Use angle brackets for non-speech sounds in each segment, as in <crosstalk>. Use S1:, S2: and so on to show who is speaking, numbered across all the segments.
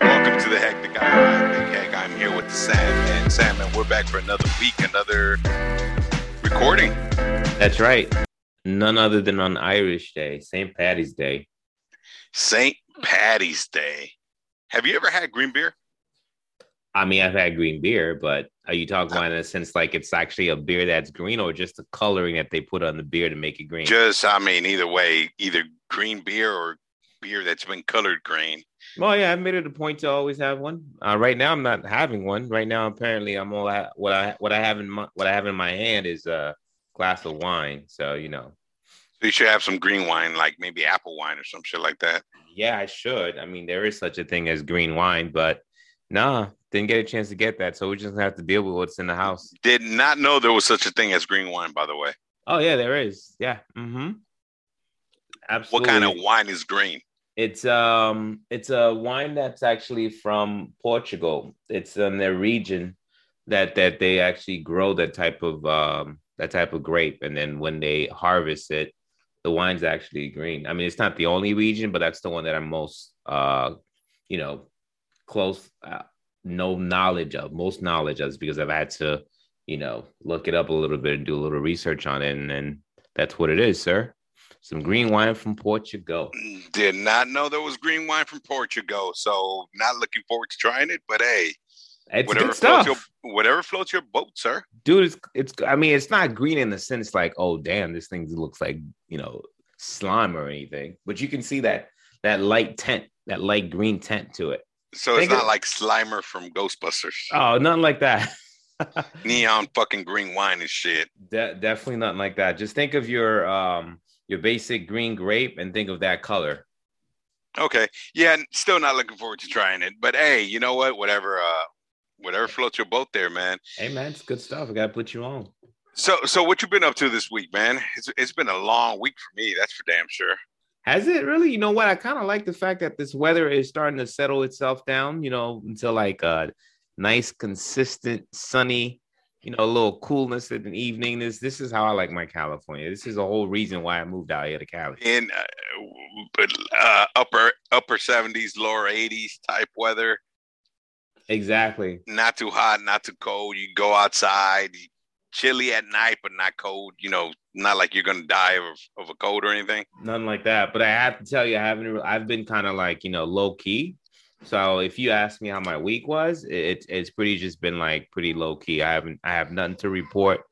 S1: Welcome to the Hectic Hour. Big Heck, I'm here with Sam and Sam, and we're back for another week, another recording.
S2: That's right. None other than on Irish Day, St. Patty's Day.
S1: St. Patty's Day. Have you ever had green beer?
S2: I mean, I've had green beer, but are you talking about in a sense like it's actually a beer that's green or just the coloring that they put on the beer to make it green?
S1: Just, I mean, either way, either green beer or beer that's been colored green.
S2: Well, yeah, I've made it a point to always have one. Uh, right now, I'm not having one. Right now, apparently, I'm all I, what I what I have in my what I have in my hand is a glass of wine. So you know,
S1: So you should have some green wine, like maybe apple wine or some shit like that.
S2: yeah, I should. I mean, there is such a thing as green wine, but nah, didn't get a chance to get that. So we just have to deal with what's in the house.
S1: Did not know there was such a thing as green wine, by the way.
S2: Oh yeah, there is. Yeah. Mm-hmm.
S1: What
S2: Absolutely.
S1: kind of wine is green?
S2: It's um, it's a wine that's actually from Portugal. It's um their region that that they actually grow that type of um that type of grape, and then when they harvest it, the wine's actually green. I mean, it's not the only region, but that's the one that I'm most uh, you know, close uh, no knowledge of most knowledge of because I've had to you know look it up a little bit and do a little research on it, and, and that's what it is, sir. Some green wine from Portugal.
S1: Did not know there was green wine from Portugal. So not looking forward to trying it, but hey,
S2: It's
S1: whatever
S2: good stuff,
S1: floats your whatever floats your boat, sir.
S2: dude. It's, it's. I mean, it's not green in the sense like, oh damn, this thing looks like you know slime or anything, but you can see that that light tint, that light green tint to it.
S1: So
S2: Think
S1: it's not
S2: it-
S1: like Slimer from Ghostbusters.
S2: Oh, nothing like that. <laughs>
S1: Neon fucking green wine and shit.
S2: De- definitely nothing like that. Just think of your um your basic green grape and think of that color.
S1: Okay. Yeah, and still not looking forward to trying it. But hey, you know what? Whatever uh whatever floats your boat there, man.
S2: Hey man, it's good stuff. I gotta put you on.
S1: So so what you been up to this week, man? It's it's been a long week for me, that's for damn sure.
S2: Has it really? You know what? I kind of like the fact that this weather is starting to settle itself down, you know, into like a nice, consistent, sunny, you know, a little coolness in the evening. This this is how I like my California. This is the whole reason why I moved out here to Cali.
S1: In uh, but, uh upper upper 70s, lower 80s type weather.
S2: Exactly.
S1: Not too hot, not too cold. You go outside, chilly at night but not cold, you know, not like you're going to die of, of a cold or anything.
S2: Nothing like that. But I have to tell you, I haven't re- I've been kind of like, you know, low key. So if you ask me how my week was, it, it's pretty just been like pretty low key. I haven't I have nothing to report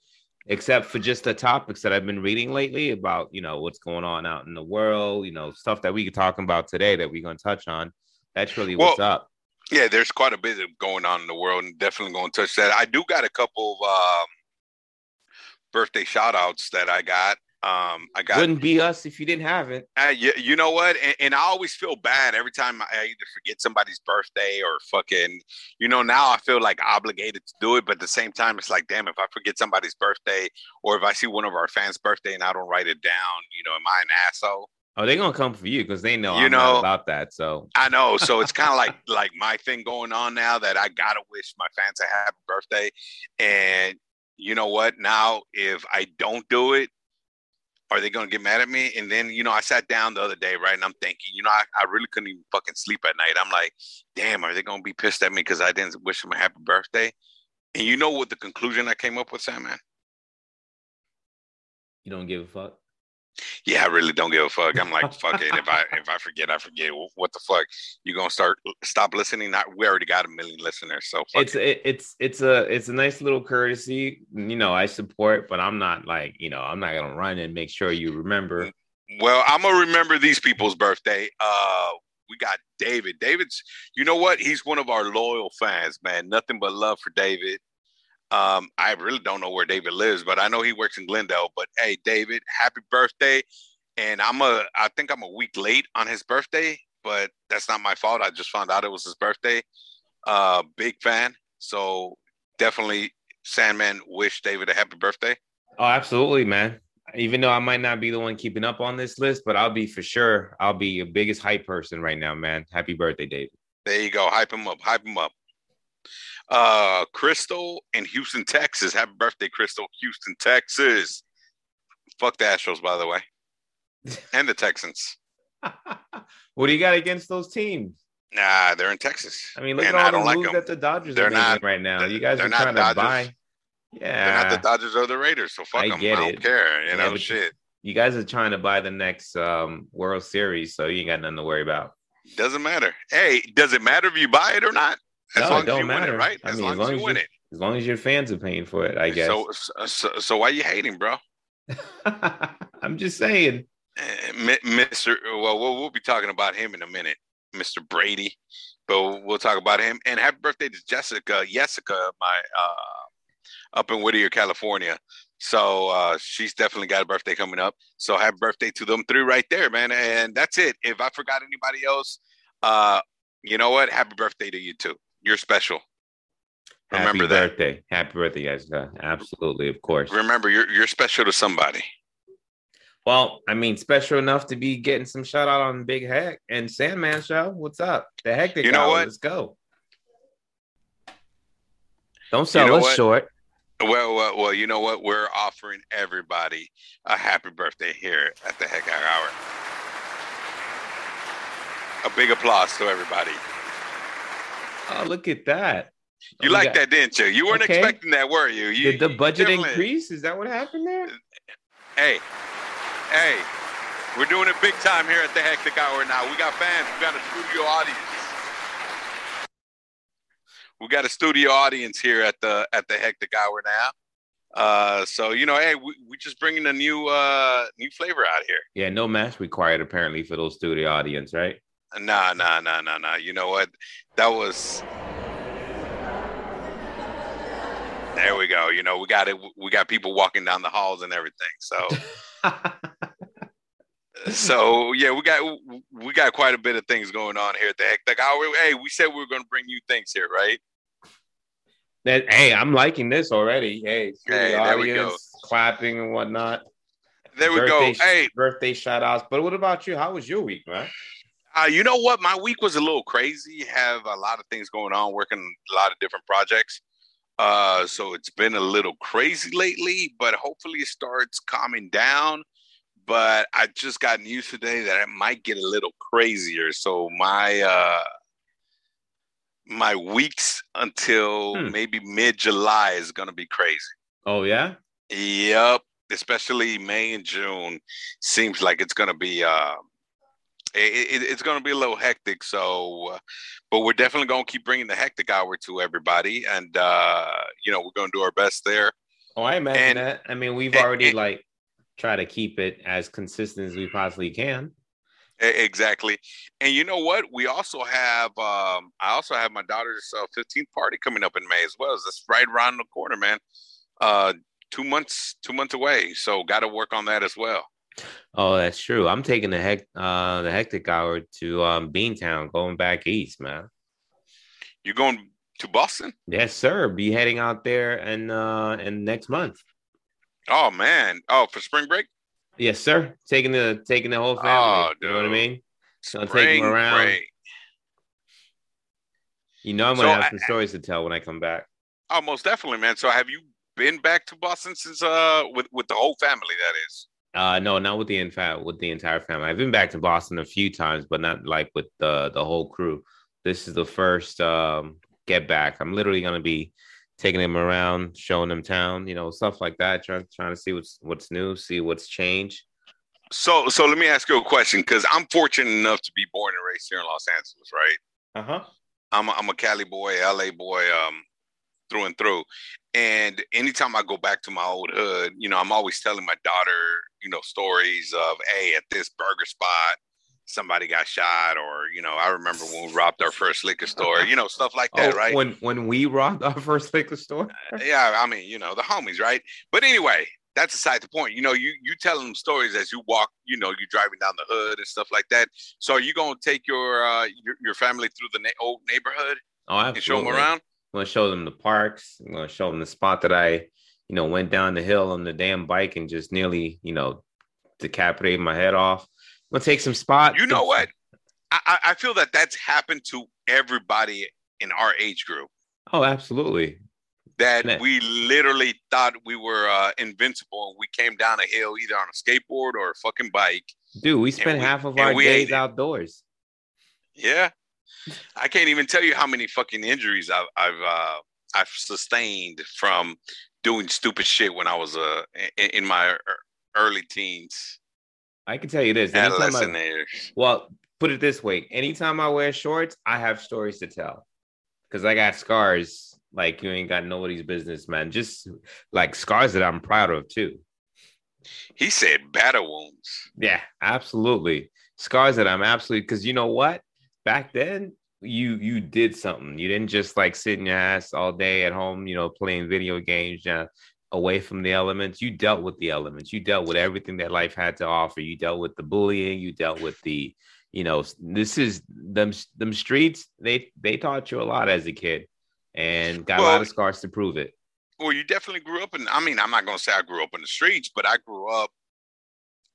S2: except for just the topics that I've been reading lately about, you know, what's going on out in the world, you know, stuff that we could talking about today that we're gonna touch on. That's really what's up.
S1: Yeah, there's quite a bit of going on in the world, and definitely going to touch that. I do got a couple of um, birthday shout outs that I got. Um, I got,
S2: Wouldn't be us if you didn't have it.
S1: uh, you, you know what? And, and I always feel bad every time I either forget somebody's birthday or fucking, you know, now I feel like obligated to do it. But at the same time, it's like, damn, if I forget somebody's birthday or if I see one of our fans' birthday and I don't write it down, you know, am I an asshole?
S2: Oh, they're gonna come for you because they know
S1: You
S2: I'm not
S1: know-
S2: about that. So
S1: I know. So it's kind of like like my thing going on now that I gotta wish my fans a happy birthday. And you know what? Now if I don't do it, are they gonna get mad at me? And then you know, I sat down the other day, right? And I'm thinking, you know, I, I really couldn't even fucking sleep at night. I'm like, damn, are they gonna be pissed at me because I didn't wish them a happy birthday? And you know what the conclusion I came up with, Sam man?
S2: you don't give a fuck.
S1: yeah, I really don't give a fuck. I'm like, fuck it. If I if I forget, I forget. Wh- What the fuck? You gonna start stop listening? Not we already got a million listeners, so fuck
S2: it's
S1: it.
S2: it, it's it's a it's a nice little courtesy you know i support but i'm not like you know i'm not gonna run and make sure you remember
S1: Well, I'm gonna remember these people's birthday. Uh, we got David. David's. You know what? He's one of our loyal fans, man. Nothing but love for David. Um, I really don't know where David lives, but I know he works in Glendale. But hey, David, happy birthday! And I'm a. I think I'm a week late on his birthday, but that's not my fault. I just found out it was his birthday. Uh, big fan. So definitely, Sandman, wish David a happy birthday.
S2: oh absolutely man even though i might not be the one keeping up on this list but i'll be for sure i'll be your biggest hype person right now man happy birthday <laughs> david
S1: There you go. Hype him up. Hype him up. Uh, Crystal in Houston, Texas. Happy birthday, Crystal. Houston, Texas. Fuck the Astros, by the
S2: <laughs>
S1: way, and the Texans.
S2: what do you got against those teams
S1: Nah, they're in Texas.
S2: I mean, look
S1: And I
S2: at
S1: don't
S2: all the
S1: like
S2: moves
S1: 'em.
S2: that the Dodgers
S1: They're
S2: are making
S1: not-
S2: right now.
S1: they're-
S2: You guys
S1: they're
S2: are
S1: not
S2: trying to
S1: Dodgers.
S2: buy.
S1: They're
S2: Yeah,
S1: not the Dodgers or the Raiders, so fuck
S2: I
S1: 'em. I
S2: get
S1: don't
S2: it.
S1: care. You
S2: Yeah,
S1: know,
S2: but-
S1: shit
S2: you guys are trying to buy the next um, World Series, so you ain't got nothing to worry about.
S1: doesn't matter. Hey, does it matter if you buy it or not? As
S2: No, it
S1: long as
S2: don't
S1: you win
S2: matter.
S1: it, right?
S2: I
S1: As
S2: mean,
S1: long as you win it.
S2: As long as your fans are paying for it, I guess.
S1: So, so, so why you hating, bro?
S2: <laughs> I'm just saying.
S1: Eh, Mi- Mr. Well, we'll we'll be talking about him in a minute, Mr. Brady. But we'll talk about him. And happy birthday to Jessica, Jessica, my uh, up in Whittier, California. So uh, she's definitely got a birthday coming up. So happy birthday to them three right there, man. And that's it. If I forgot anybody else, uh, you know what? Happy birthday to you too. You're special. Remember
S2: Happy
S1: that.
S2: birthday. Happy birthday, guys. Uh, Absolutely, of course.
S1: Remember, you're you're special to somebody.
S2: Well, I mean, special enough to be getting some shout out on Big Heck and Sandman Show. What's up? The hectic
S1: You know
S2: hour.
S1: what?
S2: Let's go. Don't sell
S1: know
S2: us
S1: what?
S2: short.
S1: Well, well, well, you know what? We're offering everybody a happy birthday here at the Heck Out Hour. A big applause to everybody.
S2: Oh, look at that.
S1: You
S2: Oh,
S1: liked
S2: yeah.
S1: that, didn't you? You weren't
S2: Okay.
S1: expecting that, were you? you
S2: Did the
S1: you
S2: budget
S1: definitely-
S2: increase? Is that what happened there?
S1: Hey, hey, we're doing it big time here at the Hectic Hour now. We got fans, we got a studio audience. We got a studio audience here at the at the Hectic Hour now. Uh, so you know, hey, we we just bringing a new uh new flavor out here.
S2: Yeah, no mask required apparently for those studio
S1: <laughs>
S2: audience, right?
S1: Nah, nah, nah, nah, nah. You know what? That was. There we go. You know, we got it. We got people walking down the halls and everything. So, so yeah, we got we got quite a bit of things going on here at the Hectic Hour. Hey, we said we were going to bring you things here, right?
S2: that hey, I'm liking this already. Hey, studio
S1: Hey, there we go.
S2: audience, clapping and whatnot.
S1: There we
S2: birthday,
S1: go. Hey,
S2: birthday shout outs. But what about you? How was your week, man?
S1: Uh, you know what? My week was a little crazy. Have a lot of things going on, working a lot of different projects. Uh, so it's been a little crazy lately, but hopefully it starts calming down. But I just got news today that it might get a little crazier. So my uh, my weeks until
S2: Hmm.
S1: maybe mid July is gonna be crazy.
S2: Oh yeah.
S1: Yep. Especially May and June seems like it's going to be uh it, it, it's going to be a little hectic so uh, but we're definitely going to keep bringing the hectic hour to everybody and uh you know we're going to do our best there.
S2: Oh, I imagine
S1: And-
S2: that. I mean, we've
S1: and-
S2: already
S1: and-
S2: like try to keep it as consistent as we possibly can.
S1: E- Exactly. And you know what? We also have um I also have my daughter's uh, 15th party coming up in May as well. That's right around the corner, man. Uh 2 months 2 months away. So got to work on that as well.
S2: Oh, that's true. I'm taking the heck uh the hectic hour to um Beantown, going back east, man.
S1: You going to Boston?
S2: Yes, sir. Be heading out there and uh and next month.
S1: Oh man. Oh, for spring break?
S2: Yes, sir. Taking the taking the whole family.
S1: Oh,
S2: you know what I
S1: dude.
S2: mean? So I'll take 'em
S1: Spring
S2: around.
S1: break.
S2: You know I'm gonna
S1: So
S2: have
S1: I-
S2: some stories to tell when I come back.
S1: Oh, most definitely, man. So have you been back to Boston since uh with with the whole family that is?
S2: Uh no, not with the entire with the entire family. I've been back to Boston a few times, but not like with the the whole crew. This is the first um get back. I'm literally gonna be taking them around, showing them town, you know, stuff like that, trying trying to see what's what's new, see what's changed.
S1: So so let me ask you a question cuz I'm fortunate enough to be born and raised here in Los Angeles, right?
S2: Uh-huh.
S1: I'm a, I'm a Cali boy, LA boy um through and through. And anytime I go back to my old hood, you know, I'm always telling my daughter, you know, stories of, hey, at this burger spot, somebody got shot, or, you know, I remember when we robbed our first liquor store, you know, stuff like that,
S2: oh,
S1: right?
S2: When when we robbed our <laughs> first liquor store.
S1: yeah, I mean, you know, the homies, right? But anyway, that's aside the point. You know, you you telling them stories as you walk, you know, you're driving down the hood and stuff like that. So are you gonna take your uh your, your family through the na- old neighborhood
S2: Oh,
S1: and
S2: absolutely.
S1: show them around?
S2: I'm gonna show them the parks. I'm gonna show them the spot that I, you know, went down the hill on the damn bike and just nearly, you know, decapitated my head off. I'm gonna take some spots.
S1: You know what? I I- I feel that that's happened to everybody in our age group
S2: Oh, absolutely.
S1: that
S2: Man.
S1: we literally thought we were uh, invincible and we came down a hill either on a skateboard or a fucking bike.
S2: Dude, we spent
S1: we-
S2: half of
S1: and
S2: our
S1: we ate
S2: days
S1: it.
S2: outdoors.
S1: Yeah. I can't even tell you how many fucking injuries I've I've uh, I've sustained from doing stupid shit when I was uh, in, in my early teens,
S2: I can tell you this. Anytime
S1: adolescent
S2: I,
S1: years.
S2: well, put it this way: anytime I wear shorts, I have stories to tell because I got scars. Like you ain't got nobody's business, man. Just like scars that I'm proud of too.
S1: He said battle wounds.
S2: Yeah, absolutely. Scars that I'm absolutely because you know what? Back then, you you did something. You didn't just like sit in your ass all day at home, you know, playing video games uh, away from the elements. You dealt with the elements. You dealt with everything that life had to offer. You dealt with the bullying. You dealt with the, you know, s- this is them them streets. They they taught you a lot as a kid, and got a
S1: Well-
S2: lot of scars to prove it.
S1: Well, you definitely grew up in. I mean, I'm not gonna say I grew up in the streets, but I grew up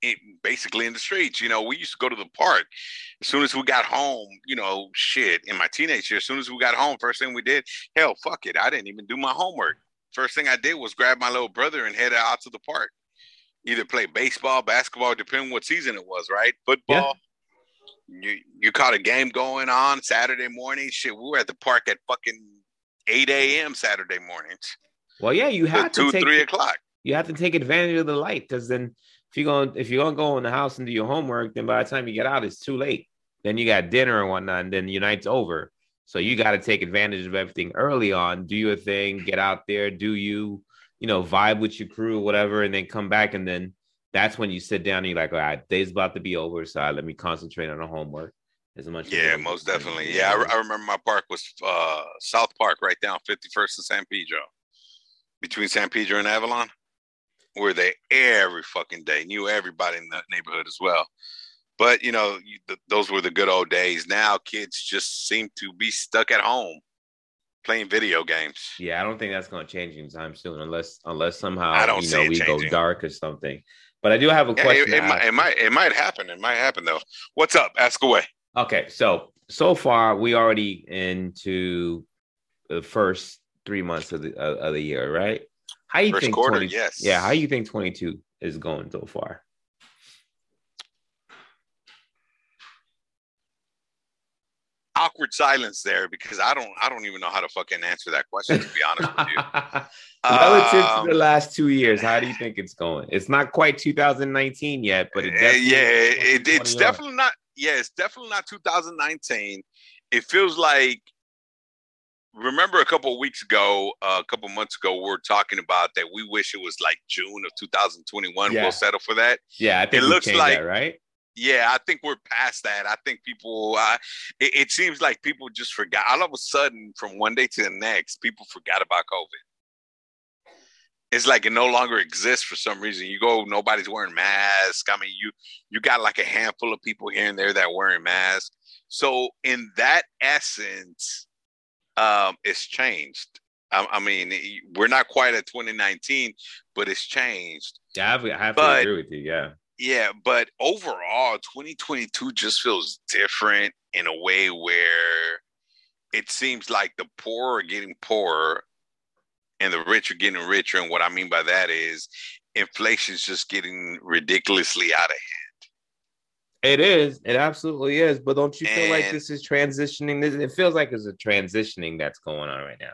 S1: in, basically in the streets. You know, we used to go to the park. As soon as we got home, you know, shit. In my teenage years, as soon as we got home, first thing we did, hell, fuck it, I didn't even do my homework. First thing I did was grab my little brother and head out to the park. Either play baseball, basketball, depending what season it was, right? Football. You you caught a game going on Saturday morning. Shit, we were at the park at fucking eight a.m. Saturday mornings
S2: Well, yeah, you
S1: till
S2: had to
S1: two,
S2: take
S1: three o'clock.
S2: you have to take advantage of the light because then if you're going if you're gonna go in the house and do your homework, then by the time you get out, it's too late. Then you got dinner and whatnot, and then your night's over. So you got to take advantage of everything early on. Do your thing, get out there, do you, you know, vibe with your crew, whatever, and then come back, and then that's when you sit down and you're like, all right, day's about to be over, so let me concentrate on the homework as much. as
S1: Yeah,
S2: I
S1: most
S2: can."
S1: definitely. Yeah, I, re- I remember my park was uh, South Park, right down 51st and San Pedro, between San Pedro and Avalon. We were there every fucking day, knew everybody in the neighborhood as well. But you know, you, th- those were the good old days. Now kids just seem to be stuck at home playing video games.
S2: Yeah, I don't think that's going to change anytime soon, unless unless somehow
S1: Mm, I don't
S2: you
S1: see
S2: know
S1: it
S2: we go
S1: changing.
S2: dark or something. But I do have a
S1: Yeah,
S2: question.
S1: it,
S2: to
S1: it, might,
S2: ask.
S1: it might, it might happen. It might happen though. What's up? Ask away.
S2: Okay, so so far we already into the first three months of the of of the year, right? How you
S1: First
S2: think
S1: quarter,
S2: 20
S1: yes.
S2: Yeah, how you think twenty two is going so far?
S1: Awkward silence there because I don't, I don't even know how to fucking answer that question. To be honest with you.
S2: <laughs> Relative
S1: Um,
S2: to the last two years, how do you think it's going? It's not quite 2019 yet, but it
S1: Uh,
S2: definitely
S1: yeah, it, it's
S2: 2021.
S1: definitely not. Yeah, it's definitely not 2019. It feels like. Remember a couple of weeks ago, uh, a couple of months ago, we were talking about that we wish it was like June of 2021.
S2: Yeah.
S1: We'll settle for that.
S2: yeah. I
S1: it
S2: think we
S1: looks
S2: changed
S1: like-
S2: that, right.
S1: Yeah, I think we're past that. I think people, uh, it, it seems like people just forgot. All of a sudden, from one day to the next, people forgot about COVID. It's like it no longer exists for some reason. You go, nobody's wearing masks. I mean, you you got like a handful of people here and there that wearing masks. So in that essence, um, it's changed. I, I mean, we're not quite at 2019, but it's changed.
S2: Yeah, I have, I have to
S1: But-
S2: agree with you. Yeah.
S1: Yeah, but overall, 2022 just feels different in a way where it seems like the poor are getting poorer and the rich are getting richer. And what I mean by that is inflation's just getting ridiculously out of
S2: It is. It absolutely is. But don't you feel like
S1: And-
S2: this is transitioning? This it feels like it's a transitioning that's going on right now.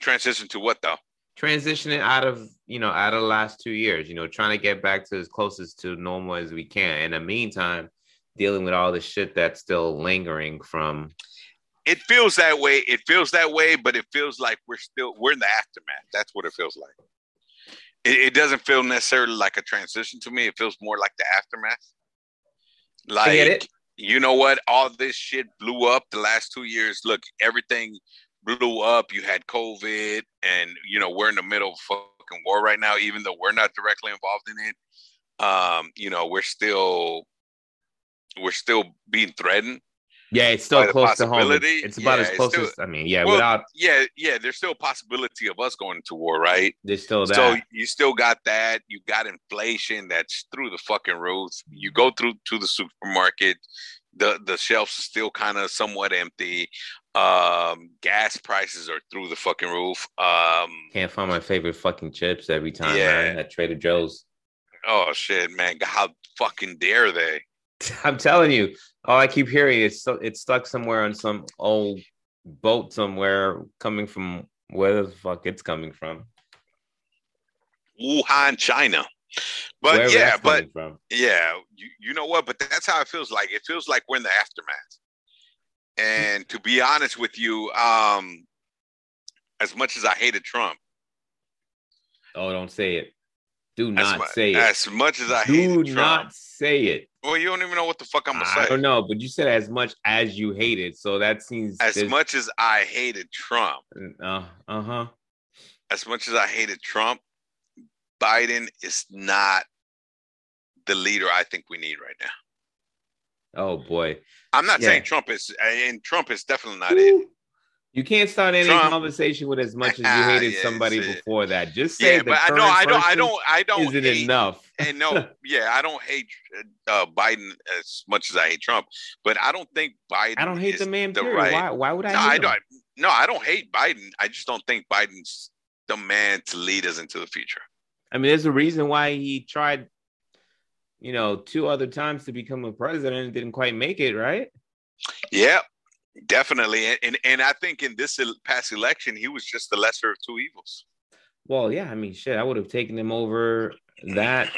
S1: transition to what though?
S2: Transitioning out of you know out of the last two years, you know, trying to get back to as closest to normal as we can. In the meantime, dealing with all the shit that's still lingering from.
S1: It feels that way. It feels that way, but it feels like we're still we're in the aftermath. That's what it feels like. It, it doesn't feel necessarily like a transition to me. It feels more like the aftermath.
S2: I
S1: Like
S2: get it.
S1: you know what? All this shit blew up the last two years. Look, everything blew up. You had COVID, and you know we're in the middle of fucking war right now. Even though we're not directly involved in it, um, you know we're still we're still being threatened.
S2: Yeah, it's still
S1: By the
S2: close to home.
S1: possibility,
S2: It's about
S1: yeah,
S2: as
S1: it's
S2: close
S1: still-
S2: as I mean, yeah.
S1: Well-
S2: without
S1: Yeah, yeah. There's still a possibility of us going to war, right?
S2: there's still that.
S1: So you still got that. You got inflation that's through the fucking roof. You go through to the supermarket, the the shelves are still kind of somewhat empty. Um, gas prices are through the fucking roof. Um,
S2: Can't find my favorite fucking chips every time.
S1: Yeah.
S2: man, at Trader Joe's.
S1: oh shit, man! How fucking dare they?
S2: <laughs> I'm telling you, all I keep hearing is so, it's stuck somewhere on some old boat somewhere coming from where the fuck it's coming from.
S1: Wuhan, China. But
S2: Wherever
S1: yeah,
S2: that's
S1: but
S2: coming from.
S1: yeah, you, you know what? But that's how it feels like. It feels like we're in the aftermath. And to be honest with you, um, as much as I hated Trump,
S2: oh, don't say it. Do
S1: as,
S2: not
S1: mu-
S2: say it.
S1: as much as I
S2: Do
S1: hated Trump,
S2: not say it.
S1: well, you don't even know what the fuck I'm gonna
S2: I
S1: say.
S2: don't know, but you said as much as you hate it, so that seems
S1: As much as I hated Trump,
S2: Uh huh.
S1: as much as I hated Trump, Biden is not the leader I think we need right now.
S2: Oh boy,
S1: I'm not
S2: Yeah.
S1: saying Trump is, and Trump is definitely not it.
S2: you can't start any
S1: Trump- Ah,
S2: conversation with as much as you hated
S1: Yeah,
S2: somebody
S1: it's it.
S2: before that. Just say
S1: Yeah,
S2: the
S1: but I know,
S2: current
S1: I don't, I
S2: person
S1: don't, I don't
S2: Isn't
S1: hate,
S2: enough.
S1: and
S2: <laughs>
S1: no, yeah, I don't hate uh, Biden as much as I hate Trump, but I don't think Biden.
S2: I don't hate
S1: is-
S2: the man.
S1: the
S2: period.
S1: right-
S2: Why? Why would I?
S1: No,
S2: hate
S1: I
S2: him?
S1: don't. No, I don't hate Biden. I just don't think Biden's the man to lead us into the future.
S2: I mean, there's a reason why he tried, you know, two other times to become a president and didn't quite make it, right?
S1: Yeah, definitely, and and, and I think in this el- past election, he was just the lesser of two evils.
S2: Well, yeah, I mean, shit, I would have taken him over that.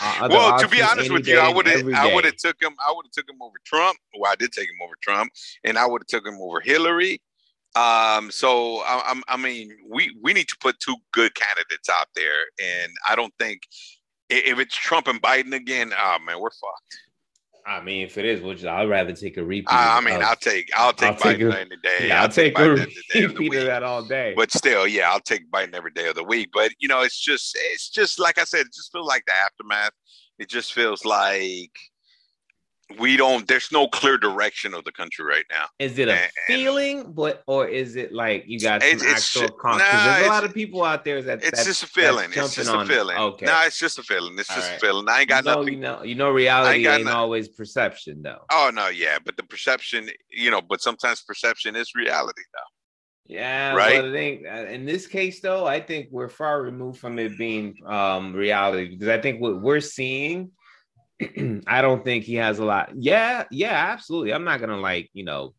S2: uh, other
S1: well, to be
S2: option
S1: honest
S2: any
S1: with
S2: day
S1: you, I
S2: and
S1: would have
S2: every
S1: I
S2: day.
S1: would have took him I would have took him over Trump. Well, I did take him over Trump, and I would have took him over Hillary. Um, so I, I'm I mean, we we need to put two good candidates out there, and I don't think i- if it's Trump and Biden again, oh man, we're fucked.
S2: I mean, if it is, which I'd rather take a repeat.
S1: I, I mean,
S2: of-
S1: I'll take I'll take
S2: uh, I'll take
S1: Biden
S2: a-
S1: any day.
S2: yeah, I'll take a
S1: Biden any day of the
S2: <laughs> repeat
S1: week.
S2: of that all day.
S1: But still, yeah, I'll take Biden every day of the week. But you know, it's just it's just like I said, it just feels like the aftermath. It just feels like we don't there's no clear direction of the country right now.
S2: Is it a
S1: And-
S2: feeling, but or is it like you got some
S1: It's- it's
S2: actual
S1: ju-
S2: con? 'cause
S1: nah,
S2: there's a lot
S1: it's-
S2: of people out there that
S1: It's
S2: that-
S1: just a
S2: that's
S1: feeling. It's
S2: jumping
S1: just a
S2: on-
S1: feeling.
S2: Okay,
S1: No, it's just a feeling. It's
S2: All
S1: just
S2: right.
S1: a feeling. I ain't got
S2: you know,
S1: nothing.
S2: You know, you know, reality
S1: got
S2: ain't
S1: nothing.
S2: always perception, though.
S1: Oh no, yeah, but the perception, you know, but sometimes perception is reality though.
S2: Yeah,
S1: Right?
S2: But I think uh, in this case, though, I think we're far removed from it being um, reality because I think what we're seeing, <clears throat> I don't think he has a lot. Yeah, yeah, absolutely. I'm not gonna like you know,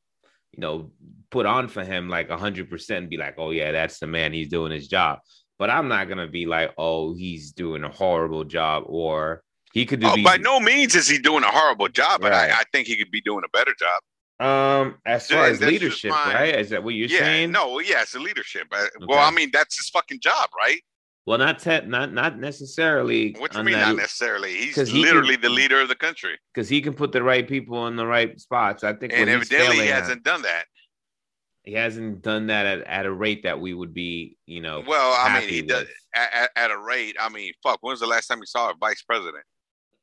S2: you know, put on for him like hundred percent and be like, oh yeah, that's the man. He's doing his job. But I'm not gonna be like, oh, he's doing a horrible job, or he could
S1: Oh,
S2: be
S1: by no means is he doing a horrible job, but
S2: Right.
S1: I, I think he could be doing a better job.
S2: um as far
S1: Yeah,
S2: as
S1: that's just
S2: leadership,
S1: my-
S2: right? Is that what you're
S1: yeah,
S2: saying?
S1: no, well, yeah, it's a leadership. Uh, Well, I
S2: Okay.
S1: mean, that's his fucking job, right?
S2: Well, not te- not not necessarily.
S1: What you
S2: on
S1: mean
S2: that-
S1: not necessarily? He's
S2: e- 'cause he
S1: literally
S2: can-
S1: the leader of the country,
S2: because he can put the right people in the right spots. I think
S1: and
S2: what he's
S1: evidently he
S2: failing at-
S1: hasn't done that.
S2: he hasn't done that at, at a rate that we would be, you know.
S1: Well, I mean,
S2: Oh, happy
S1: he does
S2: with.
S1: at, at, at a rate. I mean, fuck. When's the last time you saw a vice president?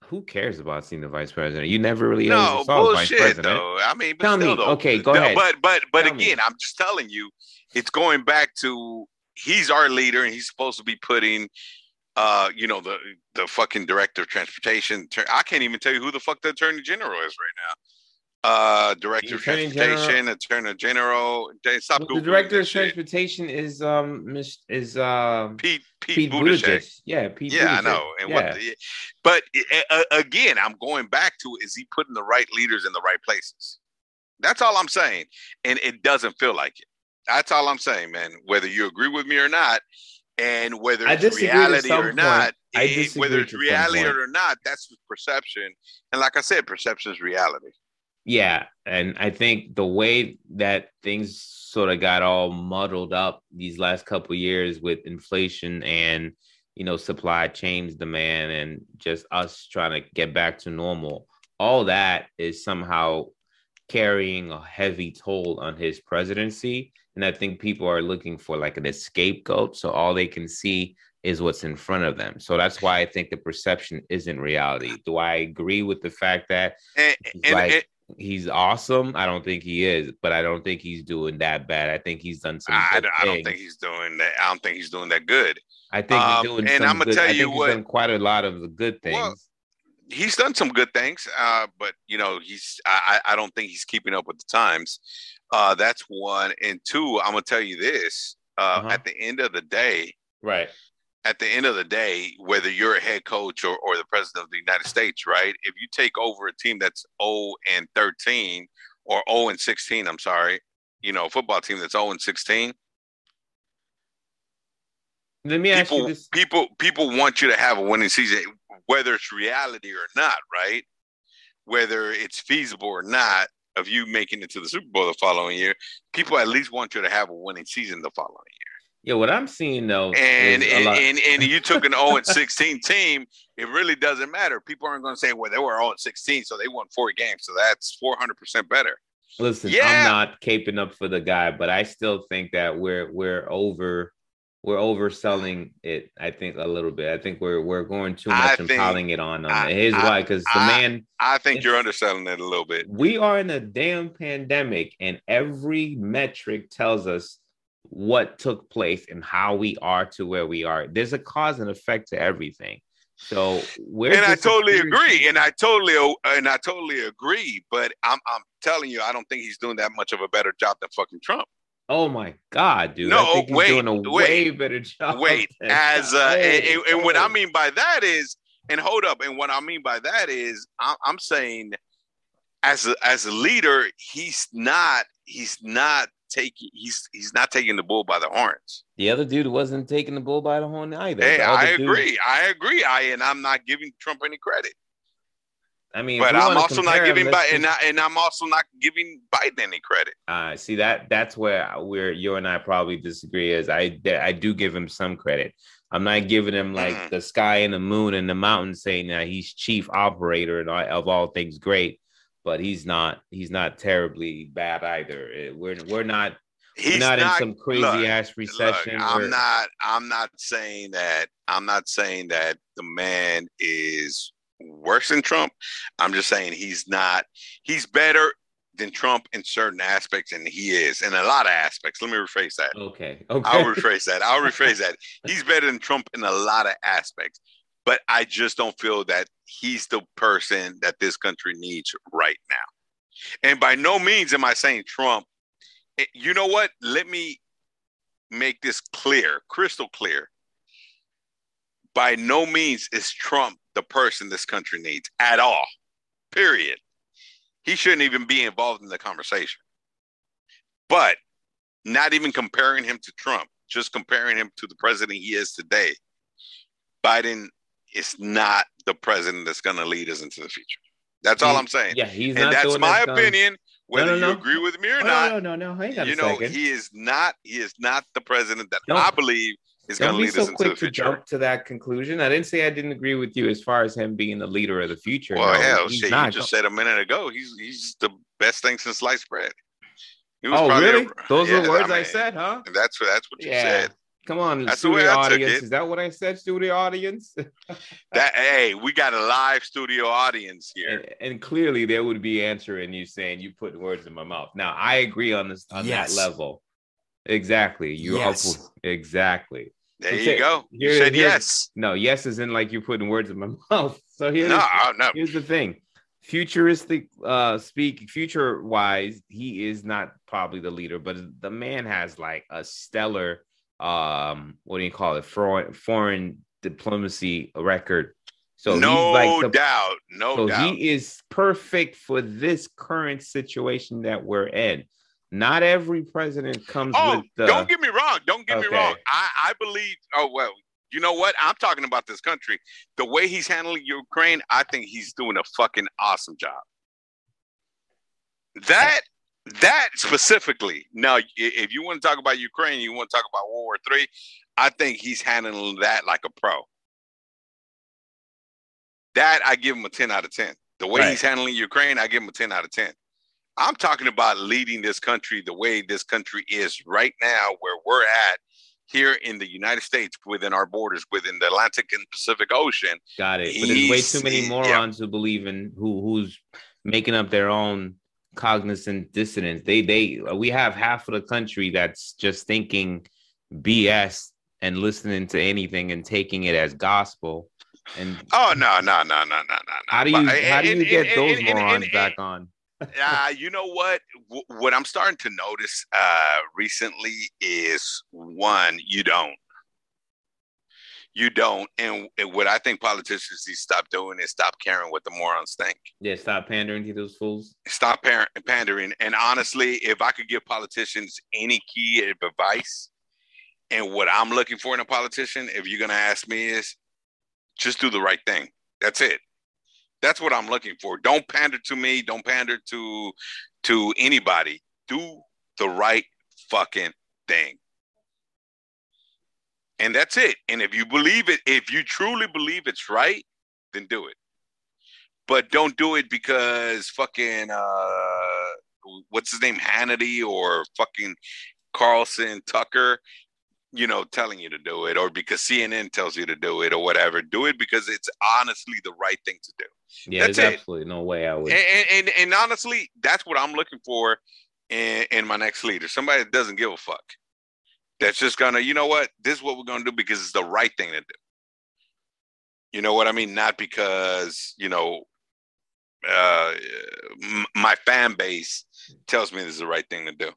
S2: Who cares about seeing the vice president? You never really
S1: no
S2: ever saw a vice
S1: bullshit,
S2: president.
S1: though. I mean, but
S2: Tell
S1: still,
S2: me.
S1: though.
S2: Okay, go
S1: No,
S2: ahead.
S1: But but but
S2: Tell me.
S1: again, I'm just telling you, it's going back to he's our leader, and he's supposed to be putting. Uh, you know the the fucking director of transportation. tur- I can't even tell you who the fuck the attorney general is right now. Uh, director of
S2: Attorney General-
S1: transportation, attorney general. They- Stop
S2: Well,
S1: Googling
S2: the director
S1: that
S2: of
S1: shit.
S2: transportation is um Miss is um
S1: Pete Pete,
S2: Pete
S1: Buttigieg.
S2: Buttigieg. Yeah, Pete.
S1: Yeah, I
S2: Buttigieg.
S1: know. And
S2: Yeah.
S1: what? The, but uh, uh, again, I'm going back to is he putting the right leaders in the right places? That's all I'm saying, and it doesn't feel like it. That's all I'm saying, man. Whether you agree with me or not, and whether
S2: I
S1: it's
S2: disagree to
S1: reality
S2: some
S1: or
S2: point.
S1: not,
S2: I
S1: it-
S2: disagree
S1: whether it's
S2: to some
S1: reality
S2: point.
S1: or not, that's perception. And like I said, perception is reality.
S2: Yeah, and I think the way that things sort of got all muddled up these last couple of years with inflation and you know supply chains demand and just us trying to get back to normal, all that is somehow carrying a heavy toll on his presidency. And I think people are looking for like an scapegoat, so all they can see is what's in front of them. So that's why I think the perception isn't reality. Do I agree with the fact that
S1: And,
S2: He's
S1: and,
S2: like,
S1: and-
S2: he's awesome. I don't think he is, but I don't think he's doing that bad. I think he's done some.
S1: I,
S2: good
S1: don't- I don't
S2: things.
S1: think he's doing that. I don't think he's doing that good.
S2: I think
S1: um,
S2: he's doing.
S1: and
S2: some
S1: I'ma
S2: good-
S1: tell
S2: I
S1: you
S2: think he's
S1: what-
S2: done quite a lot of the good things.
S1: Well, he's done some good things, uh, but you know, he's I, I I don't think he's keeping up with the times. Uh, that's one and two. I'm gonna tell you this. Uh,
S2: Uh-huh.
S1: At the end of the day,
S2: right.
S1: at the end of the day, whether you're a head coach or, or the president of the United States, right? If you take over a team that's 0 and 13 or 0 and 16, I'm sorry, you know, a football team that's 0 and 16,
S2: Let me ask you
S1: people,
S2: this.
S1: people, people want you to have a winning season, whether it's reality or not, right? Whether it's feasible or not, of you making it to the Super Bowl the following year, people at least want you to have a winning season the following year.
S2: Yeah, what I'm seeing though
S1: And
S2: is a
S1: and,
S2: lot-
S1: and and you took an 0 and 16 team, it really doesn't matter. People aren't going to say, well, they were 0 and 16, so they won four games, so that's 400% better.
S2: Listen,
S1: Yeah.
S2: I'm not caping up for the guy, but I still think that we're we're over we're overselling it. I think a little bit. I think we're we're going too
S1: I
S2: much and
S1: think-
S2: piling it on. on
S1: I-
S2: Here's
S1: I-
S2: why, because the
S1: I-
S2: man,
S1: I think you're underselling it a little bit.
S2: we are in a damn pandemic, and every metric tells us what took place and how we are to where we are. There's a cause and effect to everything. So we're
S1: and I totally
S2: disappearing.
S1: agree. And I totally and I totally agree. But I'm I'm telling you, I don't think he's doing that much of a better job than fucking Trump.
S2: <laughs> Oh my God, dude!
S1: No,
S2: I think he's
S1: wait,
S2: doing a way
S1: wait,
S2: better job.
S1: Wait,
S2: than-
S1: as uh, and,
S2: Hey,
S1: and, and what I
S2: hey.
S1: mean by that is, and hold up, and what I mean by that is, I'm, I'm saying, as a, as a leader, he's not he's not taking he's he's not taking the bull by the horns.
S2: The other dude wasn't taking the bull by the horn either.
S1: Hey,
S2: The other
S1: I
S2: dude-
S1: agree, I agree, I and I'm not giving Trump any credit,
S2: I mean,
S1: but I'm also not giving
S2: by.
S1: Biden, and, I, and I'm also not giving Biden any credit.
S2: uh, see that that's where where you and I probably disagree. Is I that I do give him some credit. I'm not giving him like
S1: Mhm.
S2: the sky and the moon and the mountain, saying that he's chief operator and all, of all things great. But he's not. He's not terribly bad either. Eh, We're we're not
S1: He's
S2: we're not,
S1: not,
S2: in some crazy
S1: look,
S2: ass recession.
S1: Look, I'm
S2: where-
S1: not. I'm not saying that. I'm not saying that the man is worse than Trump. I'm just saying he's not. He's better than Trump in certain aspects, and he is in a lot of aspects. Let me rephrase that.
S2: Okay. Okay.
S1: I'll rephrase that. I'll rephrase that. He's better than Trump in a lot of aspects, but I just don't feel that he's the person that this country needs right now. And by no means am I saying Trump. eh, You know what? Let me make this clear, crystal clear. By no means is Trump the person this country needs at all, period. He shouldn't even be involved in the conversation. But not even comparing him to Trump, just comparing him to the president he is today, Biden is not the president that's going to lead us into the future. That's all I'm saying.
S2: <laughs> Yeah, he's not.
S1: and
S2: the
S1: that's
S2: one
S1: my
S2: gonna-
S1: opinion, whether
S2: no, no.
S1: you agree with me or
S2: Oh,
S1: not.
S2: no, no, no, no. Hang on
S1: you
S2: a
S1: know,
S2: second.
S1: he is not he is not the president that
S2: Don't-
S1: I believe is going to
S2: Don't be
S1: lead us into
S2: so
S1: the
S2: quick to
S1: future.
S2: jump to that conclusion. I didn't say I didn't agree with you as far as him being the leader of the future.
S1: Well,
S2: No,
S1: hell,
S2: he's
S1: shit, you
S2: not.
S1: just said a minute ago. He's he's the best thing since sliced bread. He was
S2: oh,
S1: probably a-
S2: really? Those are
S1: Yeah,
S2: the words I,
S1: mean,
S2: said, huh?
S1: That's what that's what you
S2: Yeah.
S1: said.
S2: Come on,
S1: That's the way
S2: studio
S1: I took
S2: audience.
S1: it.
S2: Is that what I said, studio audience? <laughs>
S1: That hey, we got a live studio audience here.
S2: and, and clearly, there would be answering you saying you put words in my mouth. Now, I agree on this on
S3: Yes.
S2: that level. Exactly. You
S3: Yes.
S2: helpful. Exactly.
S1: There
S2: Okay,
S1: you go. You
S2: here-
S1: said
S2: here-
S1: yes.
S2: No, yes is in like you're putting words in my <laughs> mouth. So here's
S1: No, I- no.
S2: here's the thing futuristic uh speak future wise he is not probably the leader but the man has like a stellar um what do you call it foreign foreign diplomacy record so
S1: no
S2: he's like the,
S1: doubt. No
S2: so
S1: doubt.
S2: he is perfect for this current situation that we're in not every president comes
S1: oh,
S2: with the
S1: don't get me wrong. Don't get me
S2: Okay.
S1: wrong. I, I believe. Oh well. You know what? I'm talking about this country. The way he's handling Ukraine, I think he's doing a fucking awesome job. That that specifically. Now, i- if you want to talk about Ukraine, you want to talk about World War Three. I think he's handling that like a pro. That I give him a 10 out of 10. The way
S2: Right.
S1: he's handling Ukraine, I give him a 10 out of 10. I'm talking about leading this country the way this country is right now, where we're at here in the United States, within our borders, within the Atlantic and Pacific Ocean.
S2: Got it. But there's way
S1: He's-
S2: too many
S1: yeah.
S2: morons who believe in who who's making up their own cognizant dissonance. They they we have half of the country that's just thinking BS and listening to anything and taking it as gospel. And
S1: Oh, no, no, no, no, no, no. no.
S2: how do you
S1: But-
S2: how do you
S1: and- and-
S2: get
S1: and-
S2: those
S1: and- and-
S2: morons
S1: and-
S2: back on?
S1: uh, you know what? W- what I'm starting to notice uh, recently is one, you don't. You don't. And, and what I think politicians need to stop doing is stop caring what the morons think.
S2: Yeah, stop pandering to those fools.
S1: Stop par- pandering. And honestly, if I could give politicians any key of advice, and what I'm looking for in a politician, if you're going to ask me, is just do the right thing. That's it. That's what I'm looking for. Don't pander to me. Don't pander to to anybody. Do the right fucking thing. And that's it. And if you believe it, if you truly believe it's right, then do it. But don't do it because fucking uh what's his name Hannity or fucking Carlson Tucker, you know, telling you to do it or because CNN tells you to do it or whatever. Do it because it's honestly the right thing to do.
S2: Yeah, that's there's it. absolutely no way I would.
S1: And, and, and, and honestly, that's what I'm looking for in, in my next leader. Somebody that doesn't give a fuck that's just gonna, you know what, this is what we're gonna do because it's the right thing to do. You know what I mean? Not because you know uh, m- my fan base tells me this is the right thing to do.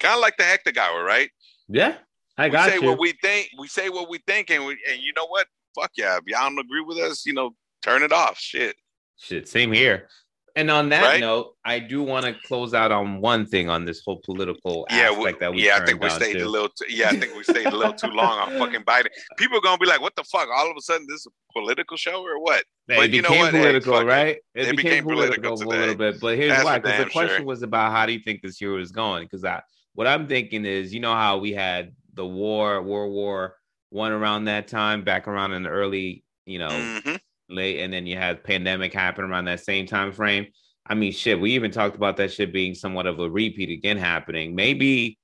S1: Kind of like the Hector guy, right?
S2: Yeah, I got
S1: we say
S2: you.
S1: what we think. We say what we think, and we, and you know what? Fuck yeah! If y'all don't agree with us, you know, turn it off. Shit.
S2: Shit. Same here. And on that
S1: Right?
S2: note, I do want to close out on one thing on this whole political
S1: Yeah, we,
S2: aspect that we
S1: yeah, I
S2: turned
S1: think we
S2: down
S1: stayed
S2: to.
S1: a little. Too, yeah, I think we stayed a little
S2: <laughs>
S1: too long on fucking Biden. People are gonna be like, "What the fuck?" All of a sudden, this is a political show or what?
S2: It
S1: But
S2: became
S1: you know what? Hey,
S2: political,
S1: fuck it.
S2: right? It,
S1: It
S2: became,
S1: became
S2: political,
S1: political
S2: a little
S1: today.
S2: bit. But here's
S1: That's
S2: why,
S1: for
S2: because the
S1: damn
S2: question
S1: sure.
S2: was about how do you think this year was going? Because I, what I'm thinking is, you know how we had the war, World War One around that time, back around in the early, you know,
S1: Mhm.
S2: late, and then you had pandemic happen around that same time frame. I mean, shit, we even talked about that shit being somewhat of a repeat again happening. Maybe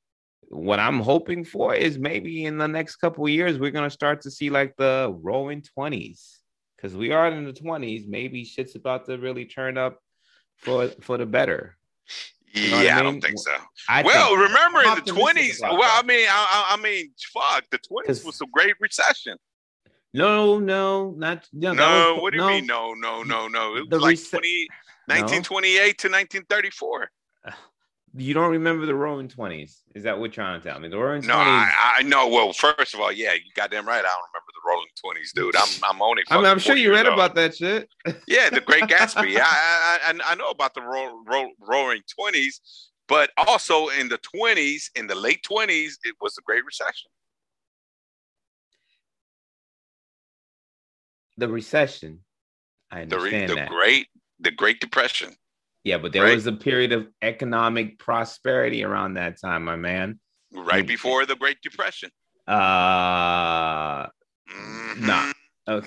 S2: what I'm hoping for is maybe in the next couple of years we're gonna start to see like the rolling twenties because we are in the twenties. Maybe shit's about to really turn up for for the better. know what I
S1: yeah, I,
S2: mean?
S1: don't think so.
S2: I
S1: well,
S2: think-
S1: remember
S2: I'm
S1: in the
S2: optimistic
S1: twenties.
S2: about
S1: Well, I
S2: that.
S1: mean, I, I- I mean, fuck, the twenties
S2: 'Cause-
S1: was a great recession.
S2: no, no, not no.
S1: No,
S2: that was-
S1: what do you
S2: no.
S1: mean? No, no, no, no. It was
S2: The
S1: like
S2: rece-
S1: 20,
S2: No.
S1: 1928 to nineteen thirty four.
S2: You don't remember the rolling twenties? Is that what you're trying to tell me? The rolling
S1: No,
S2: twenties.
S1: I, I know. Well, first of all, yeah, you goddamn right. I don't remember the Rolling Twenties, dude. I'm I'm only.
S2: I mean, I'm
S1: fucking
S2: sure
S1: 40
S2: you read
S1: years old.
S2: about that shit.
S1: Yeah, the Great Gatsby. I, I I I know about the ro- ro- Roaring Twenties, but also in the twenties, in the late twenties, it was the Great Recession.
S2: The recession. I
S1: The re-
S2: understand
S1: the
S2: that.
S1: Great the Great Depression.
S2: yeah, but there
S1: right?
S2: was a period of economic prosperity around that time, my man.
S1: right
S2: Mm.
S1: before the Great Depression.
S2: Uh
S1: Mhm.
S2: Nah. okay.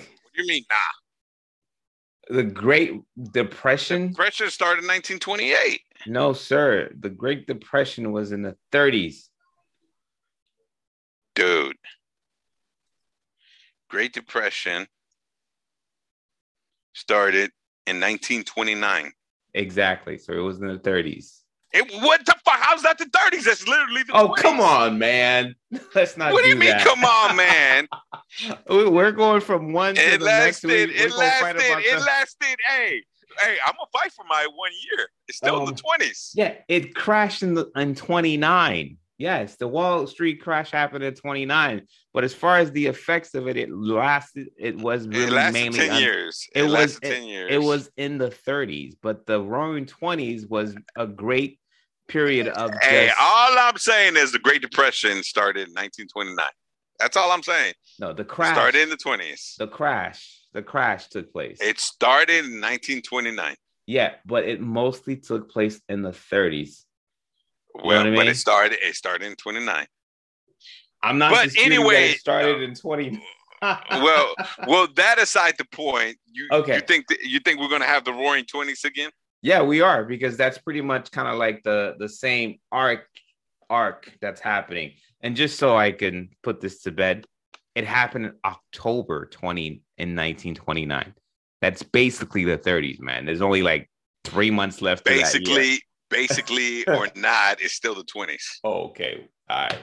S1: What do you mean, nah?
S2: The Great Depression?
S1: Depression started in 1928.
S2: No, sir. The Great Depression was in the 30s.
S1: Dude. Great Depression started in 1929.
S2: Exactly. So it was in the 30s.
S1: It, what the fuck? How's that the 30s? That's literally the
S2: Oh,
S1: 20s.
S2: come on, man. <laughs> Let's not
S1: What do you mean,
S2: that.
S1: come on,
S2: <laughs>
S1: man?
S2: We- We're going from one to
S1: it
S2: the next
S1: lasted,
S2: week. We're
S1: it
S2: gonna fight
S1: lasted,
S2: about
S1: it
S2: the-
S1: lasted. Hey, hey, I'm gonna fight for my one year. It's still the
S2: Um,
S1: 20s.
S2: Yeah, it crashed in the in 29. Yes, the Wall Street crash happened in 29. But as far as the effects of it, it lasted, it was really
S1: It lasted
S2: mainly
S1: 10
S2: un-
S1: years.
S2: it
S1: It,
S2: was-
S1: lasted 10 years.
S2: It was in the 30s, but the roaring 20s was a great period of
S1: Hey,
S2: just-
S1: all I'm saying is the Great Depression started in 1929. That's all I'm saying.
S2: no the
S1: It
S2: crash.
S1: Started in the 20s.
S2: the crash. The crash took place.
S1: It started in 1929.
S2: yeah, but it mostly took place in the 30s.
S1: Well,
S2: know what I
S1: but
S2: mean?
S1: it started. It started in 29.
S2: I'm not.
S1: But
S2: disputing that
S1: anyway- uh,
S2: it started in 20. <laughs>
S1: Well, well, that aside the point, you
S2: Okay.
S1: you think that, you think we're gonna have the Roaring Twenties again?
S2: Yeah, we are because that's pretty much kind of like the the same arc arc that's happening. And just so I can put this to bed, it happened in October 20 in 1929. That's basically the 30s, man. There's only like 3 months left to that year.
S1: Basically,
S2: <laughs>
S1: basically or not, it's still the 20s.
S2: Oh, okay. All right.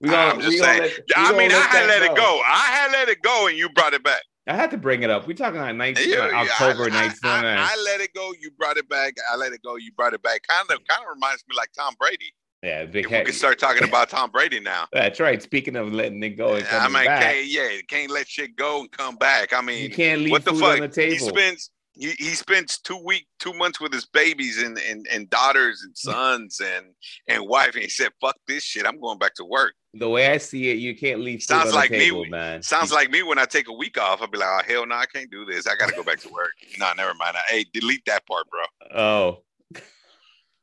S2: We
S1: I'm just saying.
S2: let- we
S1: I
S2: gonna
S1: mean, I had
S2: that
S1: let it go. I had let it go, and you brought it back.
S2: I had to bring it up. We're talking about 19
S1: Yeah, yeah,
S2: October
S1: I, I-
S2: 1929.
S1: I, I let it go. You brought it back. I let it go. You brought it back. Kind of, kind of reminds me like Tom Brady.
S2: Yeah,
S1: If
S2: big
S1: we
S2: head.
S1: can start
S2: <laughs>
S1: talking about Tom Brady now.
S2: That's right. Speaking of letting it go and
S1: I
S2: Oh, coming
S1: mean,
S2: back,
S1: can't, yeah, can't let shit go and come back. I
S2: you
S1: mean,
S2: can't leave
S1: what the
S2: food
S1: fuck?
S2: on the
S1: he
S2: table.
S1: spends he, he spends two week two months with his babies and, and and daughters and sons and and wife, and he said, "Fuck this shit, I'm going back to work."
S2: the way I see it, you can't leave food
S1: Sounds
S2: on
S1: like
S2: the
S1: me.
S2: table, man.
S1: Sounds like me when I take a week off. I'll be like, "Oh hell no, I can't do this. I got to go back to
S2: <laughs>
S1: work." nah, never mind. I, hey, delete that part, bro.
S2: oh.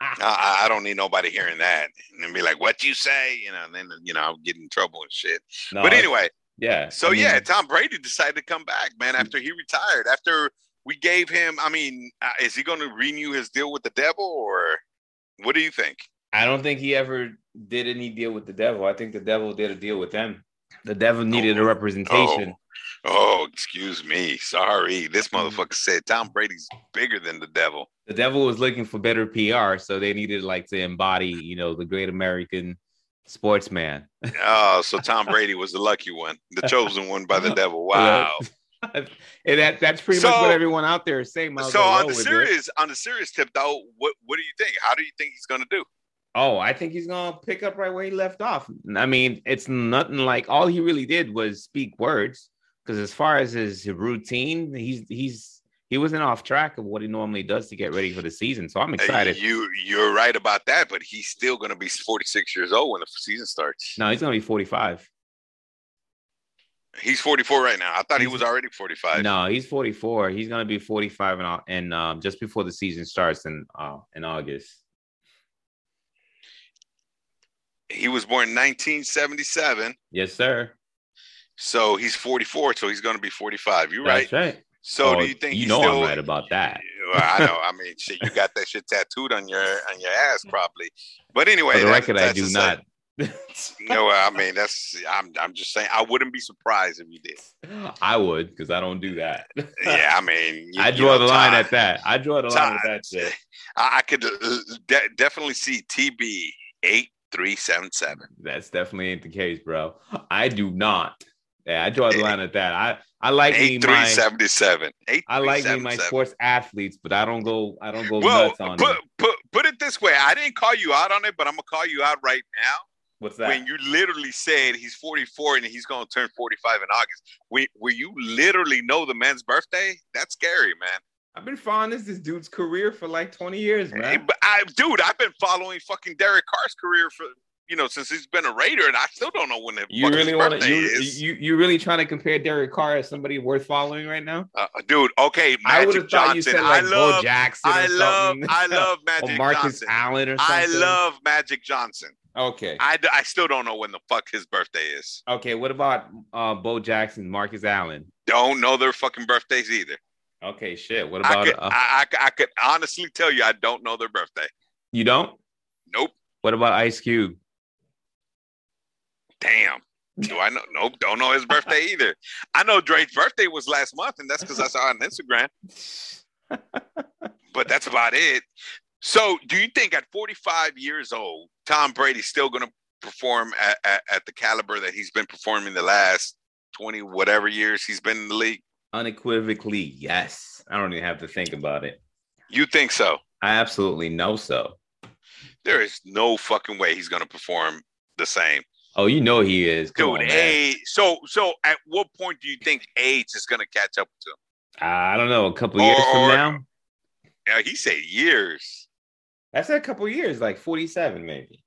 S1: I, I- I don't need nobody hearing that and then be like, "What you say?" You know, and then you know I'm getting in trouble and shit.
S2: No,
S1: but anyway,
S2: yeah.
S1: So
S2: I mean,
S1: yeah, Tom Brady decided to come back, man. After he retired, after we gave him, I mean, uh, is he going to renew his deal with the devil, or what do you think?
S2: I don't think he ever did any deal with the devil. I think the devil did a deal with them. The devil needed a
S1: Oh.
S2: representation.
S1: Oh, excuse me, sorry. This
S2: Mm.
S1: motherfucker said Tom Brady's bigger than the devil.
S2: The devil was looking for better PR, so they needed like to embody, you know, the great American sportsman.
S1: Oh, so Tom Brady was the lucky one,
S2: <laughs>
S1: the chosen one by the devil. Wow.
S2: and that that's pretty much
S1: So-
S2: what everyone out there is saying. Might as
S1: So
S2: well
S1: on
S2: roll
S1: the
S2: with it.
S1: serious, on the serious tip though, what what do you think? How do you think he's going to do?
S2: Oh, I think he's gonna pick up right where he left off. I mean, it's nothing like all he really did was speak words. Because as far as his routine, he's he's he wasn't off track of what he normally does to get ready for the season. So I'm
S1: Uh,
S2: excited.
S1: You you're right about that, but he's still going to be 46 years old when the season starts.
S2: No, he's gonna be 45.
S1: He's 44 right now. I thought he
S2: He's-
S1: was already 45.
S2: No, he's 44. He's gonna be 45 and all, and um, just before the season starts in uh, in August.
S1: He was born in 1977,
S2: Yes, sir.
S1: so he's 44. So he's going to be 45. You right?
S2: That's right.
S1: So
S2: Oh,
S1: do you think
S2: you
S1: he's
S2: know
S1: still?
S2: I'm right about that?
S1: Well, I know. I mean, shit, you got that shit tattooed on your on your
S2: <laughs>
S1: ass probably. But anyway,
S2: for the
S1: that-
S2: record, I
S1: that's
S2: do
S1: just a-
S2: not.
S1: no, I mean that's. I'm I'm just saying. I wouldn't be surprised if you did.
S2: <laughs> I would because I don't do that.
S1: Yeah, I mean, you-
S2: I
S1: you
S2: draw
S1: know,
S2: the line
S1: Todd-
S2: at that. I draw the line at that shit.
S1: I, I could uh, de- definitely see TB eight three seven seven.
S2: That's definitely ain't the case, bro. I do not. Yeah, I draw the line at that. I I like me
S1: Eight three
S2: my
S1: seventy seven.
S2: I like me my sports athletes, but I don't go I don't go
S1: Well,
S2: nuts on
S1: put,
S2: it.
S1: put put it this way. I didn't call you out on it, but I'm gonna call you out right now.
S2: What's that?
S1: When you literally said he's 44 and he's gonna turn 45 in August, when, where you literally know the man's birthday, that's scary, man.
S2: I've been following this this dude's career for like 20 years,
S1: Hey,
S2: man.
S1: but I, dude, I've been following fucking Derek Carr's career for you know since he's been a Raider, and I still don't know when the
S2: You
S1: fuck
S2: really
S1: his
S2: want to
S1: birthday
S2: you,
S1: is.
S2: you you really trying to compare Derek Carr as somebody worth following right now?
S1: Uh, dude, okay,
S2: I would
S1: Magic
S2: have thought
S1: Johnson.
S2: you said
S1: I
S2: like Bo
S1: love,
S2: Jackson or
S1: I love,
S2: something. <laughs>
S1: I love
S2: or
S1: Magic
S2: Marcus
S1: Johnson.
S2: Allen or something.
S1: I love Magic Johnson.
S2: Okay.
S1: I, d- I still don't know when the fuck his birthday is.
S2: Okay, what about uh Bo Jackson, Marcus Allen?
S1: Don't know their fucking birthdays either.
S2: Okay, shit. What
S1: I
S2: about
S1: could,
S2: uh,
S1: I, I could- I could honestly tell you I don't know their birthday.
S2: you don't?
S1: Nope.
S2: What about Ice Cube?
S1: Damn. Do I know? Nope. Don't know his birthday either. I know Drake's birthday was last month, and that's because I saw it on Instagram. But that's about it. So, do you think at 45 years old, Tom Brady's still going to perform at, at, at the caliber that he's been performing the last 20 whatever years he's been in the league?
S2: Unequivocally, yes. I don't even have to think about it.
S1: You think so?
S2: I absolutely know so.
S1: There is no fucking way he's going to perform the same.
S2: Oh, you know he is. Come
S1: Dude,
S2: on, man.
S1: age. So, so at what point do you think age is going to catch up to him?
S2: I don't know, a couple
S1: Or-
S2: years from
S1: or-
S2: now.
S1: Now, he said years.
S2: I said a couple years, like 47 maybe.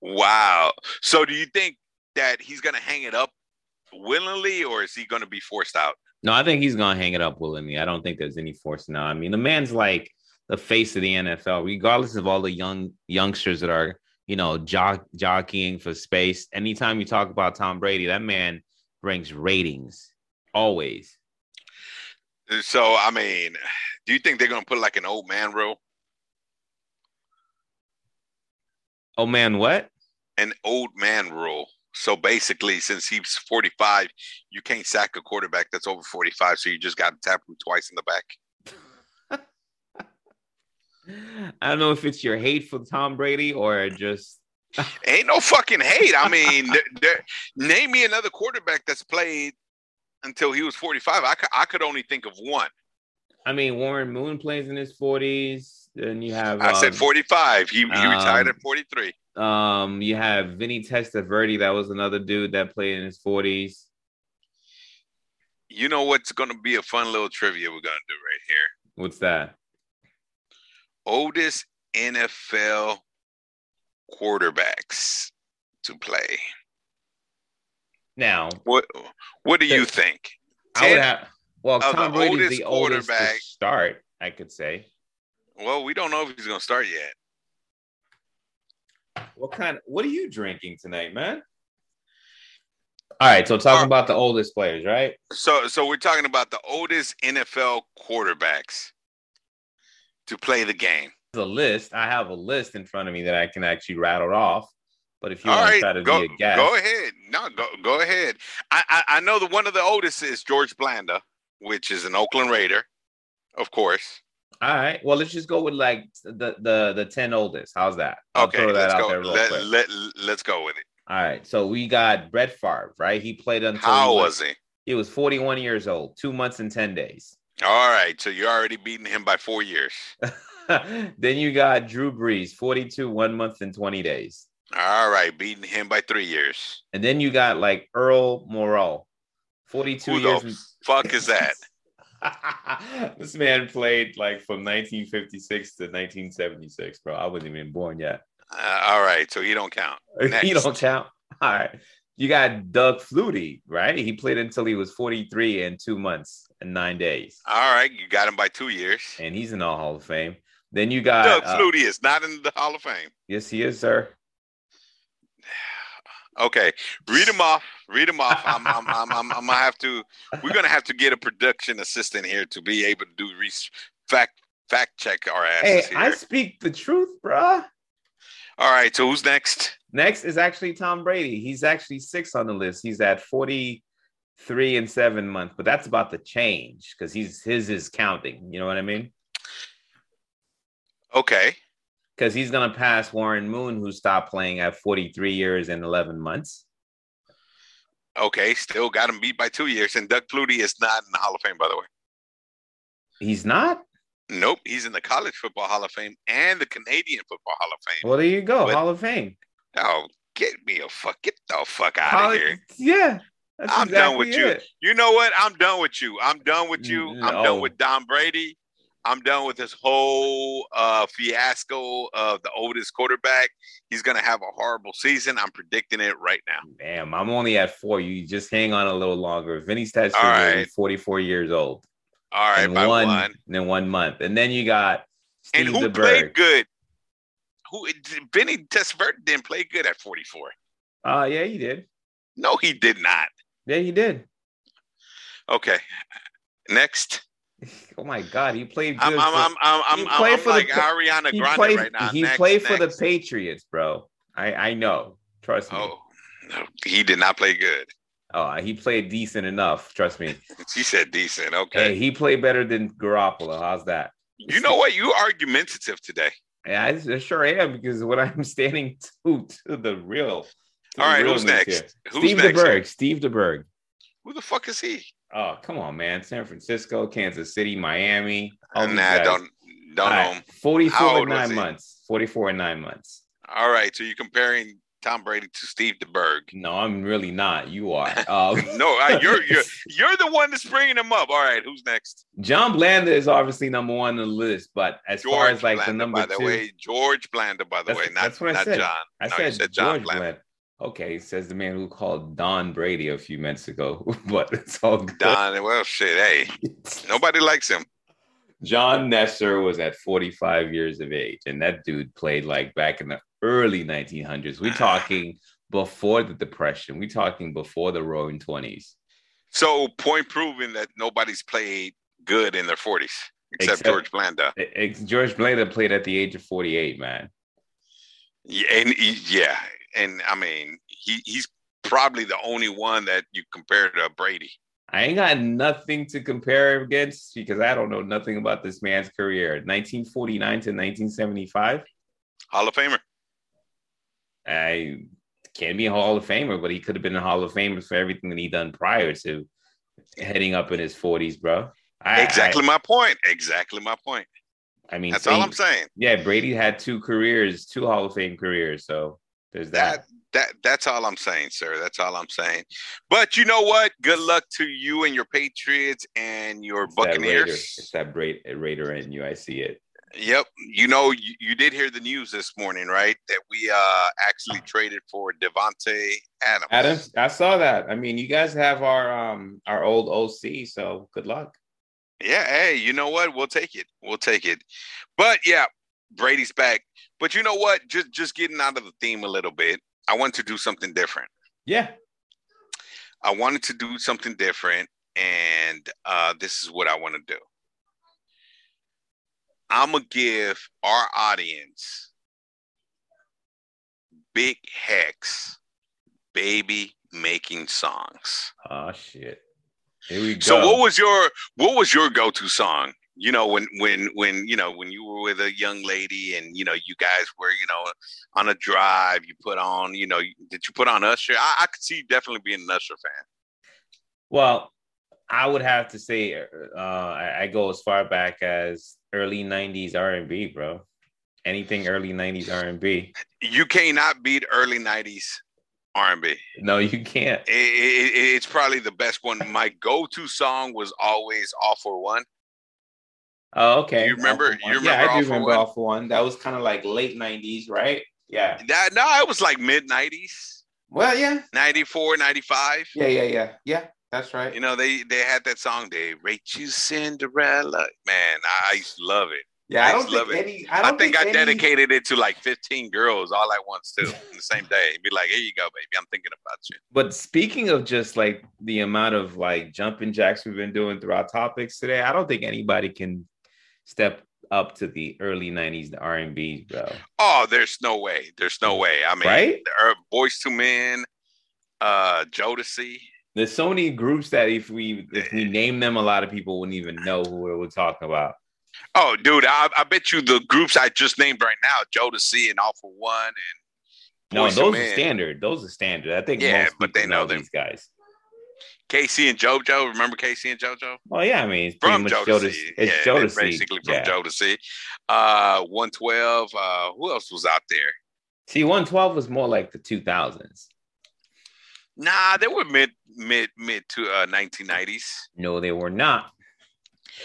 S1: Wow. So, do you think that he's going to hang it up willingly, or is he going to be forced out?
S2: No, I think he's gonna hang it up willingly. I don't think there's any force now. I mean, the man's like the face of the NFL, regardless of all the young youngsters that are, you know, jock, jockeying for space. Anytime you talk about Tom Brady, that man brings ratings always.
S1: So, I mean, do you think they're going to put like an old man rule?
S2: Oh man, what?
S1: An old man rule. So basically, since he's 45, you can't sack a quarterback that's over 45. So you just got to tap him twice in the back.
S2: I don't know if it's your hate for Tom Brady or just
S1: Ain't no fucking hate. I
S2: <laughs>
S1: mean, there, there- name me another quarterback that's played until he was 45. I, cou- I could only think of one.
S2: I mean Warren Moon plays in his 40s. Then you have.
S1: I said
S2: um,
S1: 45. He, he retired
S2: um,
S1: at 43.
S2: Um, you have Vinny Testaverde. That was another dude that played in his forties.
S1: You know what's going to be a fun little trivia we're going to do right here?
S2: What's that?
S1: Oldest NFL quarterbacks to play.
S2: Now
S1: What What do you
S2: Yes.
S1: think?
S2: I would
S1: Ted,
S2: have. Well,
S1: of
S2: Tom
S1: the
S2: Brady's
S1: oldest
S2: the oldest to
S1: quarterback-
S2: start. I could say.
S1: well, we don't know if he's going to start yet.
S2: What kind? what are you drinking tonight, man? All right. So talking
S1: Uh,
S2: about the oldest players, right?
S1: So, so we're talking about the oldest NFL quarterbacks to play the game.
S2: The list. I have a list in front of me that I can actually rattle off. But if you
S1: All
S2: want to
S1: right,
S2: try to
S1: go,
S2: be a guest,
S1: go ahead. No, go go ahead. I, I I know the one of the oldest is George Blanda, which is an Oakland Raider, of course.
S2: All right. Well, let's just go with like the the the ten oldest. How's that? I'll
S1: okay,
S2: throw that
S1: let's
S2: out
S1: go.
S2: there real
S1: let,
S2: quick.
S1: let, let's go with it.
S2: All right. So we got Brett Favre, right? He played until
S1: How
S2: he
S1: was he?
S2: he was 41 years old, two months and 10 days.
S1: All right, so you're already beating him by four years.
S2: <laughs> then you got Drew Brees, 42, one month and 20 days.
S1: All right, beating him by three years.
S2: And then you got like Earl Morrow, 42
S1: Who
S2: years.
S1: the fuck is
S2: <laughs>
S1: that?
S2: and- <laughs> this man played like from 1956 to 1976, bro. I wasn't even born yet. <laughs>
S1: Uh, all right, so he don't count.
S2: You
S1: Next.
S2: don't count. All right. You got Doug Flutie, right? He played until he was 43 and two months and nine days.
S1: All right, you got him by two years.
S2: And he's in the Hall of Fame. Then you got
S1: Doug
S2: uh,
S1: Flutie is not in the Hall of Fame.
S2: Yes, he is, sir.
S1: Okay, read them off. Read them off. I'm, I'm, I'm, I'm, I'm gonna have to. We're gonna have to get a production assistant here to be able to do res- fact fact check our
S2: Hey,
S1: asses here.
S2: I speak the truth, bruh.
S1: All right, so who's next?
S2: Next is actually Tom Brady. He's actually six on the list. He's at 43 and seven months, but that's about to change because he's his is counting. You know what I mean?
S1: Okay,
S2: Because he's gonna pass Warren Moon, who stopped playing at 43 years and 11 months.
S1: okay, still got him beat by two years, and Doug Flutie is not in the Hall of Fame, by the way.
S2: He's not.
S1: Nope, he's in the College Football Hall of Fame and the Canadian Football Hall of Fame.
S2: Well, there you go,
S1: But-
S2: Hall of Fame.
S1: Oh, get me a fuck, get the fuck out
S2: Hall-
S1: of here.
S2: Yeah, that's
S1: I'm done with
S2: exactly it.
S1: You know what? I'm done with you. I'm done with you. I'm
S2: No.
S1: done with Don Brady. I'm done with this whole uh, fiasco of the oldest quarterback. He's going to have a horrible season. I'm predicting it right now.
S2: Damn, I'm only at four. You just hang on a little longer. Vinny Stats
S1: All
S2: is
S1: right.
S2: 44 years old.
S1: All right,
S2: and
S1: by one.
S2: and then one month, and then you got Steve
S1: And who
S2: DeBerg.
S1: played good? Who Benny Tesvert didn't play good at 44.
S2: Uh, yeah, he did.
S1: No, he did not.
S2: Yeah, he did.
S1: Okay. Next.
S2: Oh my God, he played good.
S1: I'm I'm I'm
S2: for-
S1: I'm,
S2: He
S1: I'm, I'm,
S2: played for the
S1: like
S2: Pa-
S1: Ariana
S2: he
S1: Grande
S2: played.
S1: right now.
S2: he
S1: Next,
S2: played for
S1: next.
S2: the Patriots, bro. I I know. Trust me.
S1: Oh, no, he did not play good.
S2: Uh, he played decent enough. Trust
S1: <laughs>
S2: me.
S1: She said decent. Okay.
S2: hey, he played better than Garoppolo. How's that?
S1: You know what? You argumentative today.
S2: Yeah, I, I sure am because when I'm <laughs> standing to, to the real. to
S1: All
S2: the
S1: right, who's
S2: realness
S1: next?
S2: here.
S1: Who's
S2: Steve
S1: next?
S2: DeBerg. Steve DeBerg.
S1: Who the fuck is he?
S2: Oh, come on, man. San Francisco, Kansas City, Miami. all these
S1: nah,
S2: guys.
S1: don't don't
S2: All
S1: know
S2: right,
S1: him.
S2: 44
S1: How
S2: and
S1: old was
S2: nine
S1: he?
S2: months. 44 and nine months.
S1: All right, so you're comparing Tom Brady to Steve DeBerg.
S2: No, I'm really not. You
S1: <laughs>
S2: are. Um,
S1: No, I, you're
S2: <laughs>
S1: you're you're the one that's bringing him up. All right, who's next?
S2: John Blanda is obviously number one on the list, but as far as like the
S1: Blanda,
S2: number
S1: by the
S2: two,
S1: way, George Blanda, by the
S2: That's-
S1: way, not
S2: that's what I
S1: not
S2: said.
S1: John.
S2: I
S1: no, you
S2: said,
S1: said John
S2: George
S1: Blanda.
S2: Blanda. Okay, says the man who called Don Brady a few minutes ago, <laughs> but it's all good.
S1: Don, well, shit, hey, nobody likes him.
S2: <laughs> John Nesser was at 45 years of age, and that dude played like back in the early 1900s.
S1: Ah.
S2: We're talking before the Depression. We're talking before the Roaring Twenties,
S1: So point proven that nobody's played good in their 40s except,
S2: Except-
S1: George Blanda.
S2: E- ex- George Blanda played at the age of 48. Man,
S1: Yeah, and he- yeah, and I mean, he he's probably the only one that you compare to Brady.
S2: I ain't got nothing to compare against because I don't know nothing about this man's career. 1949 to 1975.
S1: Hall of Famer.
S2: I can be a Hall of Famer, but he could have been a Hall of Famer for everything that he done prior to heading up in his 40s, bro. I, I-
S1: exactly my point. Exactly my point.
S2: I mean,
S1: That's
S2: so
S1: all
S2: he-
S1: I'm saying.
S2: yeah, Brady had two careers, two Hall of Fame careers. So there's that.
S1: That that that's all I'm saying, sir. That's all I'm saying. But you know what? Good luck to you and your Patriots and your
S2: It's that Raider-
S1: Buccaneers.
S2: It's that Bra- Raider in you. I see it.
S1: Yep. You know, you, you did hear the news this morning, right? That we uh actually traded for Devonte Adams.
S2: Adam, I saw that. I mean, you guys have our um our old OC, so good luck.
S1: Yeah, hey, you know what? We'll take it. We'll take it. But yeah, Brady's back. But you know what? Just just getting out of the theme a little bit. I want to do something different.
S2: Yeah.
S1: I wanted to do something different, and uh, this is what I want to do. I'm gonna give our audience big hex baby making songs.
S2: Oh shit. Here we go.
S1: So what was your what was your go to song? You know, when when when you know when you were with a young lady and you know you guys were you know on a drive, you put on you know did you put on Usher? I, I could see you definitely being an Usher fan.
S2: Well, I would have to say uh, I, I go as far back as early '90s R&B, bro. Anything early '90s R&B?
S1: You cannot beat early '90s R and B.
S2: No, you can't.
S1: It's probably the best one. My go to song was always "All for One."
S2: Oh, okay.
S1: You remember-
S2: All for
S1: you
S2: One.
S1: remember
S2: yeah, I
S1: All
S2: do
S1: for
S2: remember
S1: One?
S2: off one. That was kind of like late '90s, right? Yeah.
S1: That no, it was like mid '90s,
S2: Well, yeah,
S1: 94, 95.
S2: yeah, yeah, yeah, yeah. That's right.
S1: You know they they had that song. They rate you Cinderella. Man, I, I used to love it.
S2: Yeah, I,
S1: I
S2: don't
S1: just
S2: think
S1: love it.
S2: any. I,
S1: I,
S2: don't
S1: think, I
S2: any-
S1: dedicated it to like 15 girls all at once too in the same day. Be like, here you go, baby. I'm thinking about you.
S2: But speaking of just like the amount of like jumping jacks we've been doing through our topics today, I don't think anybody can step up to the early '90s R and B, bro.
S1: Oh, there's no way. There's no way. I mean,
S2: Right?
S1: there are Boys to Men, uh, Jodeci.
S2: There's so many groups that if we if we name them, a lot of people wouldn't even know who we we're talking about.
S1: Oh, dude, I, I bet you the groups I just named right now, Jodeci and All for One, and
S2: No,
S1: Boyz II
S2: those are
S1: Men.
S2: standard. Those are standard. I think
S1: Yeah,
S2: most
S1: but
S2: people
S1: they know them.
S2: these guys.
S1: Casey and JoJo. Remember Casey and JoJo?
S2: Well, Oh, yeah, I mean, it's pretty
S1: From
S2: much
S1: Jodeci.
S2: Jodeci. It's
S1: yeah, they're
S2: Jodeci.
S1: basically from
S2: yeah.
S1: Jodeci. Uh, 112. Uh, who else was out there?
S2: See, 112 was more like the 2000s.
S1: Nah, they were mid mid mid to uh, 1990s.
S2: No, they were not.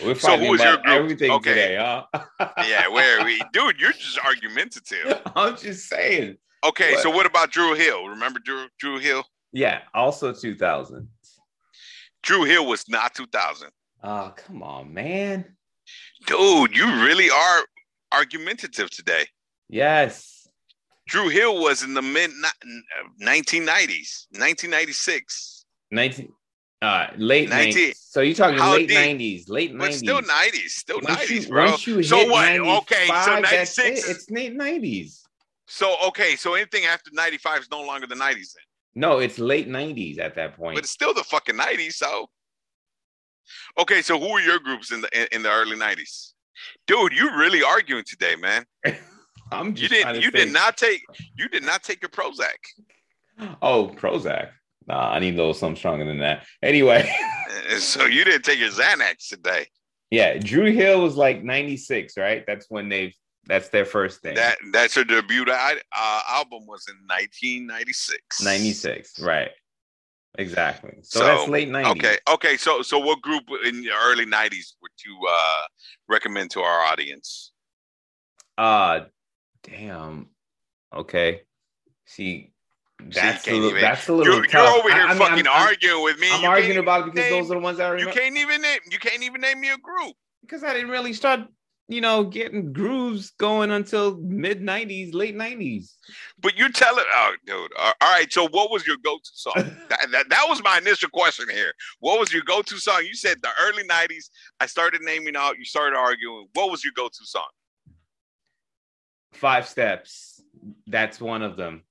S2: We're
S1: So who
S2: fighting
S1: was your
S2: about
S1: group?
S2: everything
S1: Okay.
S2: today, huh?
S1: yeah, where we, <laughs> dude, you're just argumentative.
S2: <laughs> I'm just saying.
S1: Okay, so what about Drew Hill? Remember Drew Drew Hill?
S2: Yeah, also 2000.
S1: Drew Hill was not 2000.
S2: Oh, come on, man.
S1: Dude, you really are argumentative today.
S2: Yes.
S1: Drew Hill was in the mid ni- 1990s, 1996,
S2: 19 uh late
S1: 19.
S2: 90s. So you're talking
S1: How
S2: late
S1: deep?
S2: 90s, late 90s.
S1: but still 90s, still
S2: Once
S1: 90s,
S2: you-
S1: bro.
S2: once you
S1: So
S2: hit
S1: what?
S2: 95,
S1: Okay, so
S2: that's
S1: 96.
S2: it. It's late 90s.
S1: So okay, so anything after 95 is no longer the 90s then.
S2: No, it's late 90s at that point.
S1: But it's still the fucking 90s, so Okay, so who were your groups in the in, in the early 90s? Dude, you really arguing today, man.
S2: I'm
S1: You
S2: just trying
S1: did.
S2: to
S1: You
S2: say-
S1: did not take. You did not take your Prozac. <laughs>
S2: <gasps> Oh, Prozac. Nah, I need a little something stronger than that. Anyway. <laughs>
S1: Uh, So you didn't take your Xanax today.
S2: Yeah, Drew Hill was like 96, right? That's when they've that's their first thing.
S1: That that's her debut I, uh, album was in 1996.
S2: 96, right. Exactly. So,
S1: So,
S2: that's late 90s.
S1: Okay. Okay. So so what group in the early 90s would you uh, recommend to our audience?
S2: Uh damn. Okay. See, that's
S1: can't
S2: a little,
S1: even-
S2: that's a little
S1: You're, you're
S2: tough.
S1: over here
S2: I, I mean,
S1: fucking
S2: I'm- I'm-
S1: arguing with me.
S2: I'm,
S1: You can't
S2: arguing
S1: even
S2: about it because
S1: name-
S2: those are the ones I
S1: You
S2: remember.
S1: can't even name. You can't even name me a group.
S2: Because I didn't really start, you know, getting grooves going until mid 90s, late 90s.
S1: But you're telling, oh, dude. All all right. So, what was your go-to
S2: <laughs>
S1: song? that, that, that was my initial question here. What was your go-to song? You said the early '90s. I started naming out. You started arguing. What was your go-to song?
S2: Five Steps. That's one of them.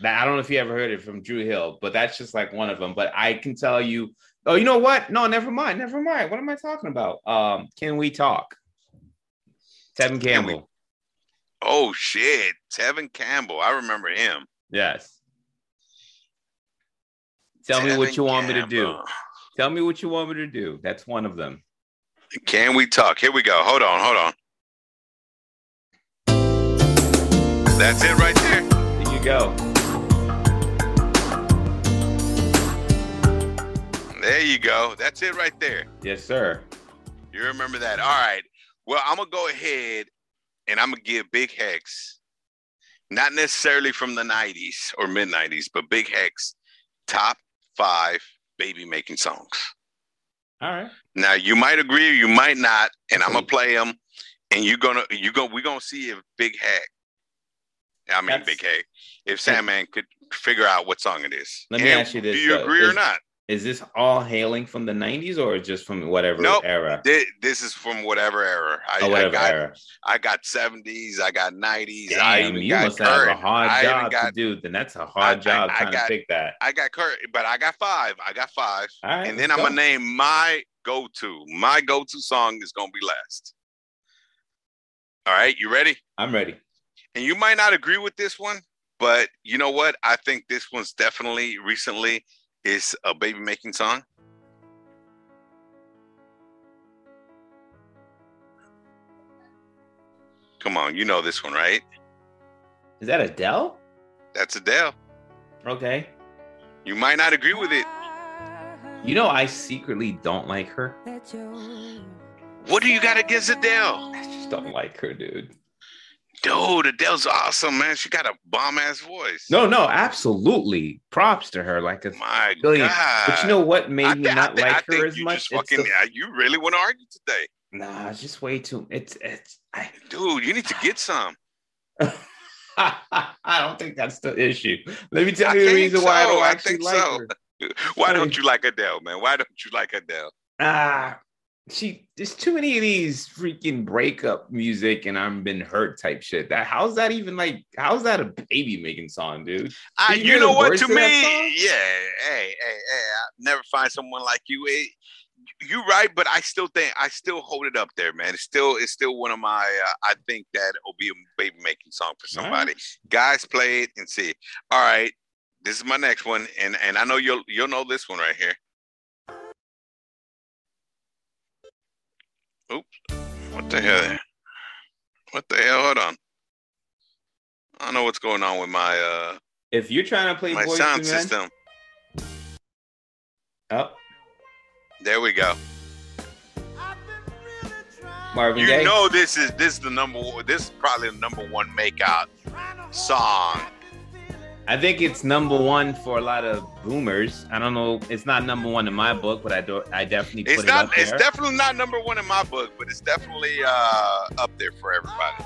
S2: That I don't know if you ever heard it from Drew Hill, but that's just like one of them. But I can tell you. Oh, you know what? No, never mind. Never mind. What am I talking about? Um, can we talk?
S1: Can
S2: Tevin
S1: we-
S2: Campbell.
S1: Oh shit, Tevin Campbell. I remember him.
S2: Yes. Tell me what
S1: Tevin
S2: you want me to do.
S1: Campbell.
S2: Tell me what you want me to do. That's one of them.
S1: Can we talk? Here we go. Hold on. Hold on. That's it right there.
S2: There you go.
S1: There you go. That's it right there.
S2: Yes, sir.
S1: You remember that. All right. Well, I'm going to go ahead and I'm going to give Big Hex, not necessarily from the 90s or mid 90s, but Big Hex top five baby making songs.
S2: All right.
S1: Now, you might agree or you might not, and I'm going to play them. And you're going to, you're going to, we're going to see if Big Hex, I mean,
S2: That's-
S1: Big Hex, if Sandman could figure out what song it is.
S2: Let me
S1: And
S2: ask you this,
S1: Do you
S2: though.
S1: agree or
S2: Is-
S1: not?
S2: Is this all hailing from the 90s or just from whatever
S1: Nope.
S2: era?
S1: Thi- This is from whatever era. I,
S2: Or
S1: I
S2: Oh, whatever
S1: got
S2: era.
S1: I got 70s, I got 90s, I
S2: Damn,
S1: even
S2: you
S1: got
S2: must have
S1: current.
S2: a hard
S1: I even
S2: job
S1: got-
S2: to do. Then that's a
S1: I- I-
S2: hard job
S1: I
S2: trying
S1: got-
S2: to pick that.
S1: I got current, but I got five. I got five.
S2: All right.
S1: and then I'm
S2: let's
S1: gonna
S2: go.
S1: name my go-to. My go-to song is gonna be last. All right, you ready?
S2: I'm ready.
S1: And you might not agree with this one, but you know what? I think this one's definitely recently is a baby making song. Come on, you know this one, right?
S2: Is that Adele?
S1: That's Adele.
S2: Okay.
S1: You might not agree with it.
S2: You know, I secretly don't like her.
S1: What do you got against Adele?
S2: I just don't like her, dude.
S1: Dude, Adele's awesome, man. She got a bomb ass voice.
S2: No, no, absolutely. Props to her. Like, a,
S1: my
S2: Billion.
S1: god.
S2: but you know what made
S1: I
S2: me
S1: thi- I
S2: not
S1: thi- I
S2: like
S1: think
S2: her as
S1: you
S2: much?
S1: Just
S2: It's
S1: fucking,
S2: the-
S1: uh, you really want to argue today,
S2: nah, it's just way too. It's it's. I, <laughs>
S1: dude? You need to get some.
S2: I don't think that's the issue. Let me tell
S1: I
S2: you the
S1: think
S2: reason why I
S1: so.
S2: don't
S1: I
S2: actually
S1: think
S2: like
S1: so.
S2: her.
S1: Why don't you like Adele, man? Why don't you like Adele?
S2: Ah, she. There's too many of these freaking breakup music and I'm been hurt type shit. That how's that even like? How's that a baby making song, dude?
S1: I,
S2: you
S1: you
S2: hear
S1: know
S2: the
S1: what?
S2: words
S1: To
S2: to
S1: me, yeah.
S2: that
S1: Hey,
S2: song?
S1: hey, hey! I never find someone like you. It, you right, but I still think I still hold it up there, man. It's still it's still one of my. Uh, I think that will be a baby making song for
S2: All right.
S1: somebody. Guys, play it and see. All right, this is my next one, and and I know you'll you'll know this one right here. Oops! What the hell? What the hell? Hold on. I don't know what's going on with my uh
S2: If you're trying to play
S1: my
S2: voice
S1: sound
S2: to man,
S1: system.
S2: oh,
S1: There we go.
S2: Marvin
S1: You
S2: Gaye.
S1: know this is this is the number one- this is probably the number one makeout song.
S2: I think it's number one for a lot of boomers. I don't know. It's not number one in my book, but I do. I definitely put
S1: It's
S2: it
S1: not
S2: up
S1: it's
S2: there.
S1: definitely not number one in my book, but it's definitely uh up there for everybody.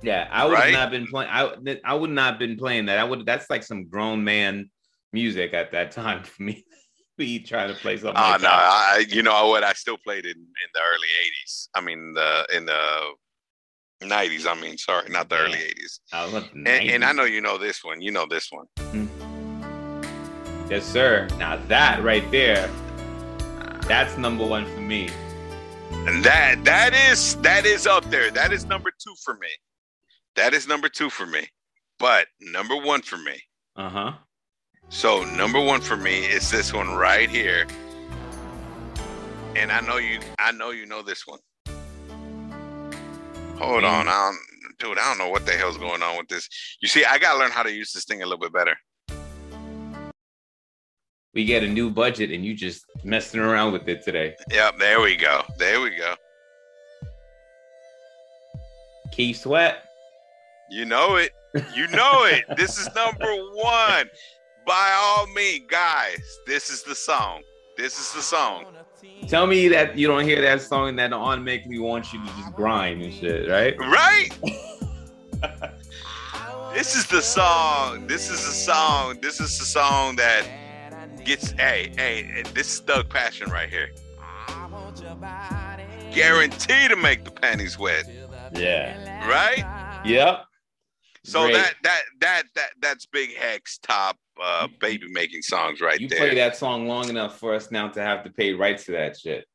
S2: yeah, I would
S1: right?
S2: have not been playing. I th- I would not been playing that. I would. That's like some grown man music at that time for me. <laughs> Be trying to play something.
S1: Oh
S2: like
S1: no,
S2: that.
S1: I you know what I still played in, in the early eighties. I mean the in the nineties, I mean sorry, not the early
S2: Yeah.
S1: eighties.
S2: I love
S1: And, and I know you know this one. You know this one.
S2: Yes, sir. Now that right there, that's number one for me.
S1: And that that is that is up there. That is number two for me. That is number two for me. But number one for me.
S2: Uh huh.
S1: So number one for me is this one right here. And I know you I know you know this one. Hold
S2: Mm.
S1: on. I don't, dude, I don't know what the hell's going on with this. You see, I gotta learn how to use this thing a little bit better.
S2: We get a new budget, and you just messing around with it today.
S1: Yep, there we go. There we go.
S2: Keith Sweat.
S1: You know it. You know it. this is number one. By all means, guys, this is the song. This is the song.
S2: Tell me that you don't hear that song and that on make me want you to just grind and shit, right? <laughs>
S1: Right? this is the song. This is the song. This is the song that gets hey, hey, hey, this is Doug Passion right here. Guaranteed to make the panties wet,
S2: Yeah.
S1: right?
S2: Yep.
S1: So
S2: Great.
S1: that that that that that's Big Hex top uh baby making songs right
S2: you
S1: there.
S2: play that song long enough for us now to have to pay rights to that shit.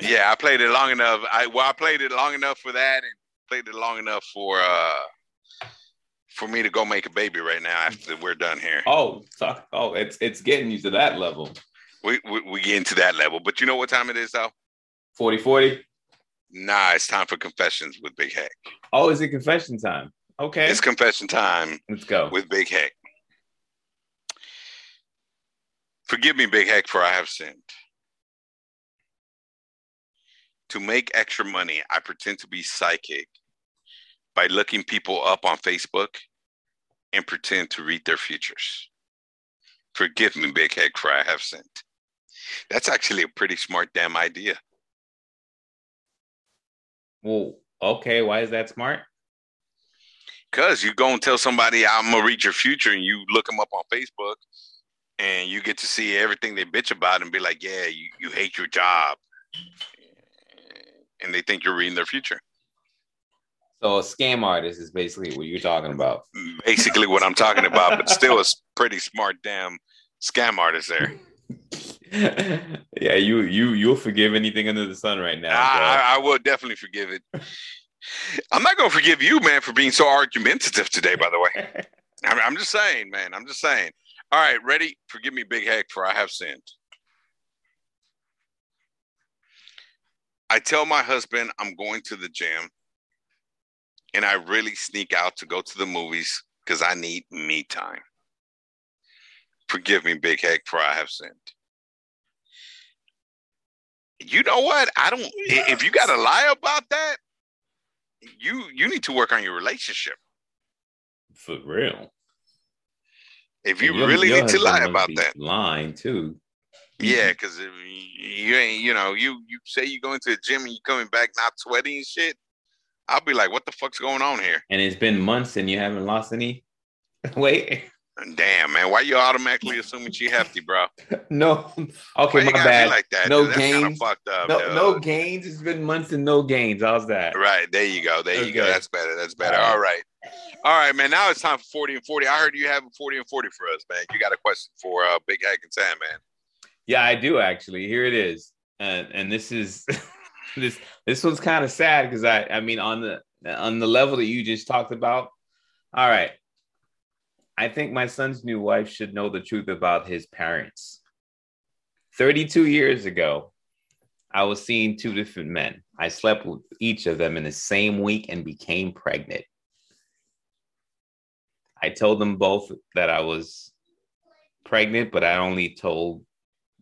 S1: Yeah, I played it long enough. I well, I played it long enough for that, and played it long enough for uh for me to go make a baby right now after we're done here.
S2: Oh, fuck. oh, it's it's getting you to that level.
S1: We, we we get into that level, but you know what time it is though?
S2: 40 40.
S1: Nah, it's time for confessions with Big Heck.
S2: Oh, is it confession time? Okay.
S1: It's confession time
S2: Let's go.
S1: with Big Heck. Forgive me, Big Heck, for I have sinned. To make extra money, I pretend to be psychic by looking people up on Facebook and pretend to read their futures. Forgive me, Big Heck, for I have sinned. That's actually a pretty smart damn idea.
S2: Well, okay. Why is that smart?
S1: Cause you go and tell somebody I'm gonna read your future, and you look them up on Facebook, and you get to see everything they bitch about, and be like, "Yeah, you, you hate your job," and they think you're reading their future.
S2: So a scam artist is basically what you're talking about. <laughs>
S1: Basically, what I'm talking about, but still, it's pretty smart damn scam artist there.
S2: yeah, you you you'll forgive anything under the sun right now. bro.
S1: I, I, I will definitely forgive it. I'm not gonna forgive you, man, for being so argumentative today. By the way, I'm, I'm just saying, man. I'm just saying. All right, ready? Forgive me, big heck, for I have sinned. I tell my husband I'm going to the gym, and I really sneak out to go to the movies because I need me time. Forgive me, big heck, for I have sinned. You know what? I don't. i- If you got to lie about that, you you need to work on your relationship.
S2: For real.
S1: If you
S2: And your-
S1: really
S2: your
S1: need to lie
S2: husband must
S1: about
S2: be
S1: that,
S2: Lying too.
S1: yeah, because you ain't, you know, you you say you going to the gym and you coming back not sweaty and shit. I'll be like, what the fuck's going on here?
S2: And it's been months and you haven't lost any <laughs> Wait. <laughs>
S1: Damn, man, why you automatically assuming she hefty, bro?
S2: No.
S1: Why
S2: Okay,
S1: you
S2: my
S1: gotta
S2: bad.
S1: be like that?
S2: No
S1: dude? That's kind of
S2: games.
S1: fucked up.
S2: no,
S1: dude.
S2: no gains. It's been months and no gains. How's that?
S1: Right. There you go. There you go.
S2: Okay.
S1: That's better. That's better.
S2: All right.
S1: All right. All right, man. Now it's time for 40 and 40. I heard you have a 40 and 40 for us, man. You got a question for uh, Big Hack and Sam, man.
S2: Yeah, I do actually. Here it is, and and this is <laughs> this this one's kind of sad because I I mean on the on the level that you just talked about. All right, I think my son's new wife should know the truth about his parents. Thirty-two years ago, I was seeing two different men. I slept with each of them in the same week and became pregnant. I told them both that I was pregnant, but I only told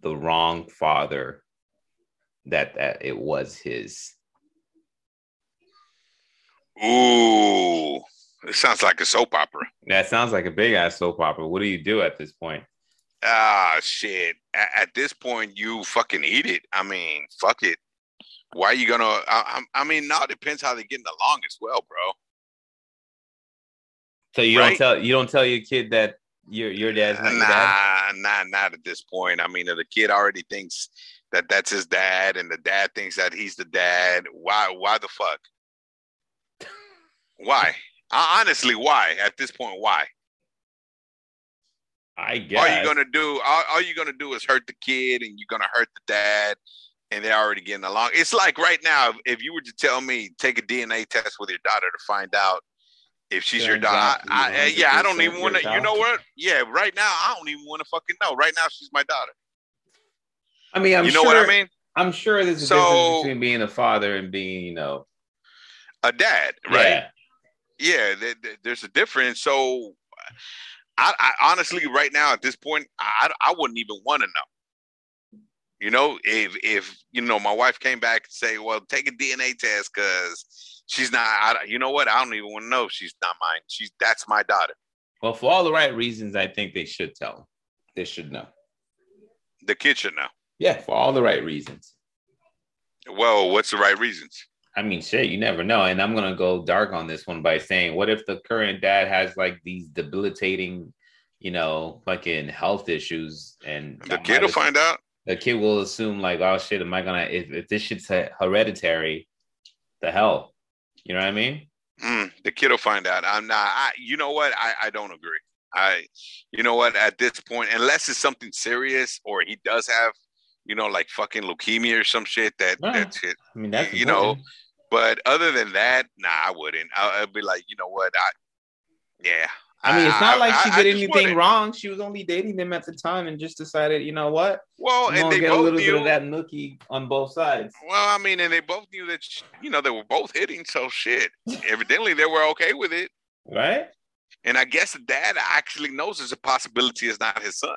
S2: the wrong father that that it was his.
S1: Ooh. It sounds like a soap opera.
S2: That sounds like a big ass soap opera. What do you do at this point?
S1: Ah, shit. A- at this point, you fucking eat it. I mean, fuck it. Why are you gonna? I, I, I mean, now it depends how they're getting along as well, bro.
S2: So you
S1: Right.
S2: don't tell you don't tell your kid that your your dad's not your dad.
S1: Nah, nah, not at this point. I mean, if the kid already thinks that that's his dad, and the dad thinks that he's the dad, why? Why the fuck? Why? Uh, honestly, why? At this point, why?
S2: I guess.
S1: All you gonna do, all, all you're gonna do is hurt the kid, and you're gonna hurt the dad, and they're already getting along. It's like right now, if, if you were to tell me take a DNA test with your daughter to find out if she's your
S2: Turns
S1: daughter,
S2: out
S1: I,
S2: you
S1: I- yeah, I don't
S2: 100%
S1: even want to.
S2: your
S1: You know
S2: daughter.
S1: what? Yeah, right now I don't even want to fucking know. Right now she's my daughter.
S2: I mean, I'm
S1: you know
S2: sure.
S1: what I mean?
S2: I'm sure there's a
S1: So-
S2: difference between being a father and being, you know,
S1: A dad, right?
S2: Yeah.
S1: yeah, th- th- there's a difference. So, I, I honestly, right now at this point, I, I wouldn't even want to know. You know, if if you know, my wife came back and say, "Well, take a DNA test because she's not." I, don't- you know what? I don't even want to know. if She's not mine. She's that's my daughter.
S2: Well, for all the right reasons, I think they should tell. They should know.
S1: The kid should know.
S2: Yeah, for all the right reasons.
S1: Well, what's the right reasons?
S2: I mean, shit, you never know. And I'm gonna go dark on this one by saying, what if the current dad has like these debilitating, you know, fucking health issues, and
S1: The kid will find out.
S2: the kid will assume like, oh shit, am I gonna if, if this shit's he- hereditary, the hell, you know what I mean?
S1: Mm, the kid will find out. I'm not. I, you know what? I, I don't agree. I, you know what? At this point, unless it's something serious or he does have, you know, like fucking leukemia or some shit, that
S2: Right.
S1: that's it.
S2: I mean, that's
S1: You know,
S2: important.
S1: But other than that, nah, I wouldn't. I, I'd be like, you know what? I, yeah.
S2: I mean, it's not like she
S1: I- I
S2: did
S1: just
S2: anything
S1: wouldn't.
S2: wrong. She was only dating him at the time and just decided, you know what,
S1: Well,
S2: I'm
S1: Oh, and
S2: gonna
S1: they
S2: get a
S1: both
S2: little
S1: knew.
S2: bit of that nookie on both sides.
S1: Well, I mean, and they both knew that sh- you know they were both hitting. So shit. Evidently, they were okay with it.
S2: right?
S1: And I guess the dad actually knows there's a possibility it's not his son.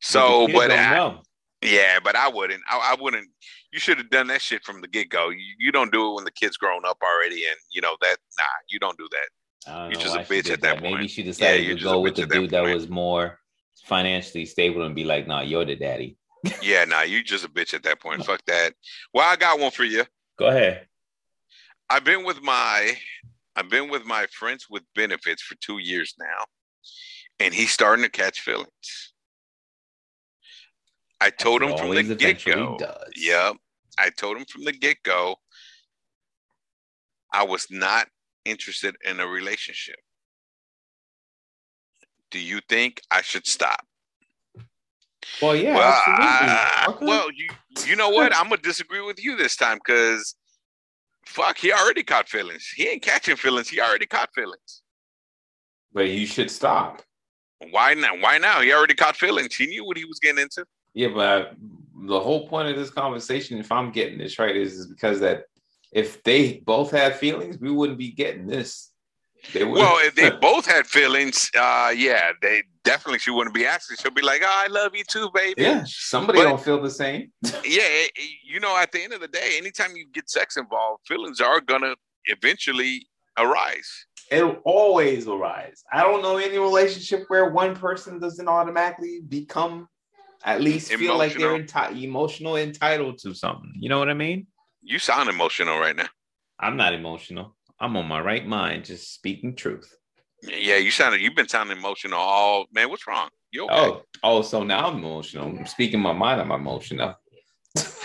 S1: So,
S2: The kid
S1: but
S2: don't
S1: I,
S2: know.
S1: yeah, but I wouldn't. I, I wouldn't. You should have done that shit from the get go. You, you don't do it when the kid's grown up already, and you know that. Nah, you don't do that.
S2: I don't
S1: You're
S2: know
S1: just a
S2: why she
S1: bitch
S2: did
S1: at that
S2: Maybe
S1: point.
S2: she decided
S1: you're
S2: to
S1: just
S2: go
S1: a
S2: with
S1: bitch
S2: the
S1: at that
S2: dude that
S1: point.
S2: was more financially stable and be like, "Nah, you're the daddy."
S1: Yeah, nah, you just a bitch at that point. Fuck that. Well, I got one for you.
S2: Go ahead.
S1: I've been with my I've been with my friends with benefits for two years now, and he's starting to catch feelings. I told him from the
S2: Always
S1: get
S2: eventually
S1: go.
S2: does.
S1: Yep. I told him from the get go I was not interested in a relationship. Do you think I should stop?
S2: Well, yeah,
S1: well,
S2: absolutely.
S1: I-
S2: Okay.
S1: well, you you know what? I'm gonna disagree with you this time because fuck, he already caught feelings. He ain't catching feelings. He already caught feelings.
S3: But you should stop.
S1: Why not? Why now? He already caught feelings. He knew what he was getting into.
S3: Yeah, but I, the whole point of this conversation, if I'm getting this right, is, is because that if they both had feelings, we wouldn't be getting this. They would.
S1: Well, if
S2: <laughs>
S1: they both had feelings, uh, yeah, they definitely she wouldn't be asking. She'll be like, "Oh, I love you too,
S3: <laughs>
S1: baby."
S3: yeah, somebody
S1: but-
S3: don't feel the same.
S1: yeah, it- it- you know, at the end of the day, anytime you get sex involved, feelings are gonna eventually arise.
S3: It'll always arise. I don't know any relationship where one person doesn't automatically become, at least feel like they're enti- emotional entitled to something. You know what I mean?
S1: You sound emotional right now.
S2: I'm not emotional. I'm on my right mind, just speaking truth.
S1: Yeah, you sounded. You've been sounding emotional all man. What's wrong? You okay?
S3: Oh, oh, so now I'm emotional. I'm speaking my mind. I'm emotional.
S1: <laughs>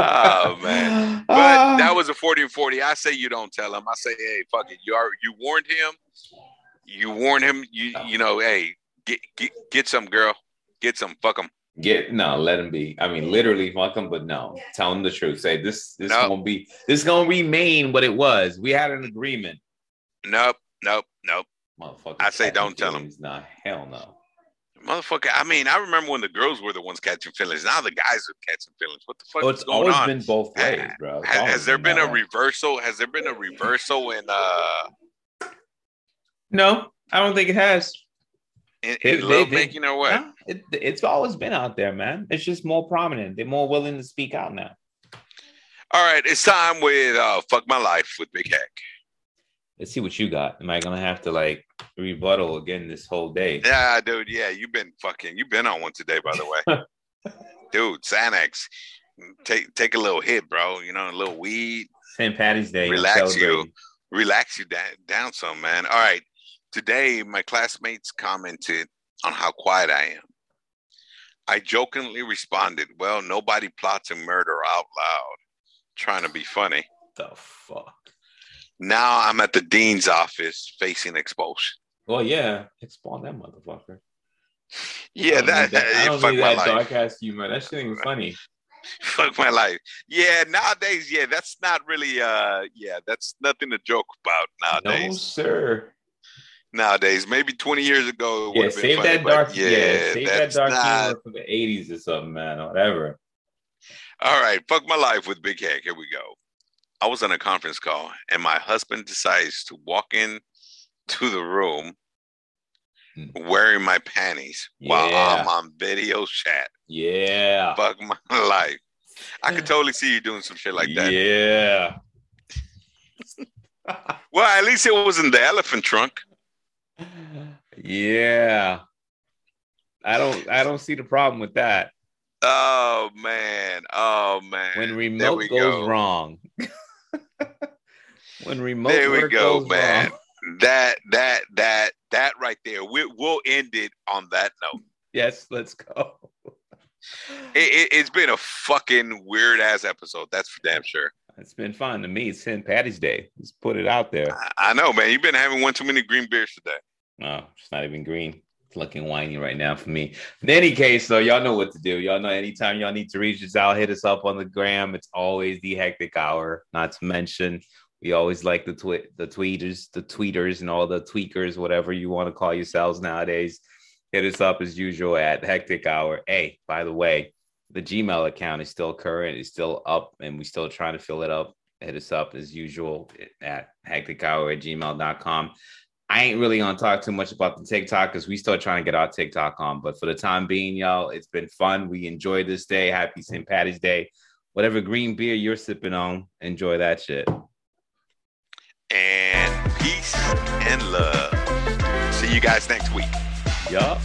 S1: Oh, man.
S3: <laughs>
S1: But
S3: Ah.
S1: that was a 40 and 40. I say you don't tell him. I say, hey, fuck it. You are you warned him. You warned him. You you know, hey, get get get some girl. Get some. Fuck him.
S3: Get no, let him be. I mean, literally fuck him, but no, tell him the truth. Say this, this
S1: No.
S3: won't be.
S2: This gonna remain what it was. We had an agreement.
S1: Nope. Nope. Nope.
S3: Motherfucker,
S1: I say
S3: catching
S1: don't tell him.
S3: feelings. Nah, hell no.
S1: Motherfucker. I mean, I remember when the girls were the ones catching feelings. Now the guys are catching feelings. What the fuck
S2: Oh,
S1: is
S2: it's
S1: going
S2: always
S1: on?
S2: been both ways, bro. It's
S1: Ha-
S2: always
S1: has there been a
S2: that way.
S1: reversal? Has there been a reversal in uh
S2: no? I don't think it has.
S1: in,
S2: They-
S1: in love
S2: they- they-
S1: making or what?
S2: No, it, it's always been out there, man. It's just more prominent. They're more willing to speak out now.
S1: All right, it's time with uh fuck my life with Big Hack.
S2: Let's see what you got. Am I gonna have to like rebuttal again this whole day?
S1: Yeah, dude. Yeah, you've been fucking. You've been on one today, by the way. dude, Xanax. Take take a little hit, bro. You know, a little weed.
S2: St. Patty's Day. I'm
S1: Relax you.
S2: celebrating.
S1: Relax you da- down some, man. All right. Today, my classmates commented on how quiet I am. I jokingly responded, "Well, nobody plots a murder out loud." Trying to be funny.
S2: The fuck.
S1: Now I'm at the dean's office facing expulsion.
S2: Well, yeah, expand that motherfucker.
S1: Yeah,
S2: I don't
S1: that,
S2: need I
S1: <laughs>
S2: don't
S1: fuck
S2: need
S1: my
S2: that
S1: life.
S2: dark ass humor. That shit ain't funny.
S1: fuck my life. Yeah, nowadays, yeah, that's not really uh yeah, that's nothing to joke about
S2: No,
S1: nowadays.
S2: sir.
S1: Nowadays, maybe 20 years ago it
S2: Yeah,
S1: would have been
S2: save
S1: funny,
S2: that
S1: but
S2: dark. Yeah, save that
S1: that's
S2: dark
S1: not
S2: humor from the '80s or something, man. Or whatever.
S1: All right, fuck my life with Big Hack. Here we go. I was on a conference call and my husband decides to walk in to the room wearing my panties while
S2: Hmm. Yeah.
S1: I'm on video chat.
S2: Yeah.
S1: Fuck <laughs> my life. I could totally see you doing some shit like that. <laughs>
S2: Yeah.
S1: Well, at least it was in the elephant trunk.
S2: Yeah. I don't. I don't see the problem with that.
S1: Oh man. Oh man.
S2: When remote
S1: we
S2: goes
S1: go.
S2: wrong. <laughs> when remote.
S1: There we
S2: work
S1: go,
S2: goes
S1: man.
S2: wrong. <laughs>
S1: that that that that right there. We we'll end it on that note.
S2: Yes, let's go.
S1: It, it, it's been a fucking weird ass episode. That's for damn sure.
S2: It's been fun to me. It's St. Patty's Day. Let's put it out there.
S1: I, I know, man. You've been having one too many green beers today.
S2: No, it's not even green. It's looking whiny right now for me. In any case, though, y'all know what to do. Y'all know anytime y'all need to reach us out, hit us up on the gram. It's always the hectic hour. Not to mention, we always like the tweet, the tweeters, the tweeters, and all the tweakers, whatever you want to call yourselves nowadays. Hit us up as usual at hectic hour. Hey, by the way, the Gmail account is still current. It's still up, and we're still trying to fill it up. hit us up as usual at hecticow at gmail.com. I ain't really gonna talk too much about the TikTok because we still trying to get our TikTok on. But for the time being, y'all, it's been fun. We enjoyed this day. Happy St. Patty's Day. Whatever green beer you're sipping on, enjoy that shit.
S1: And peace and love. See you guys next week.
S2: Yup.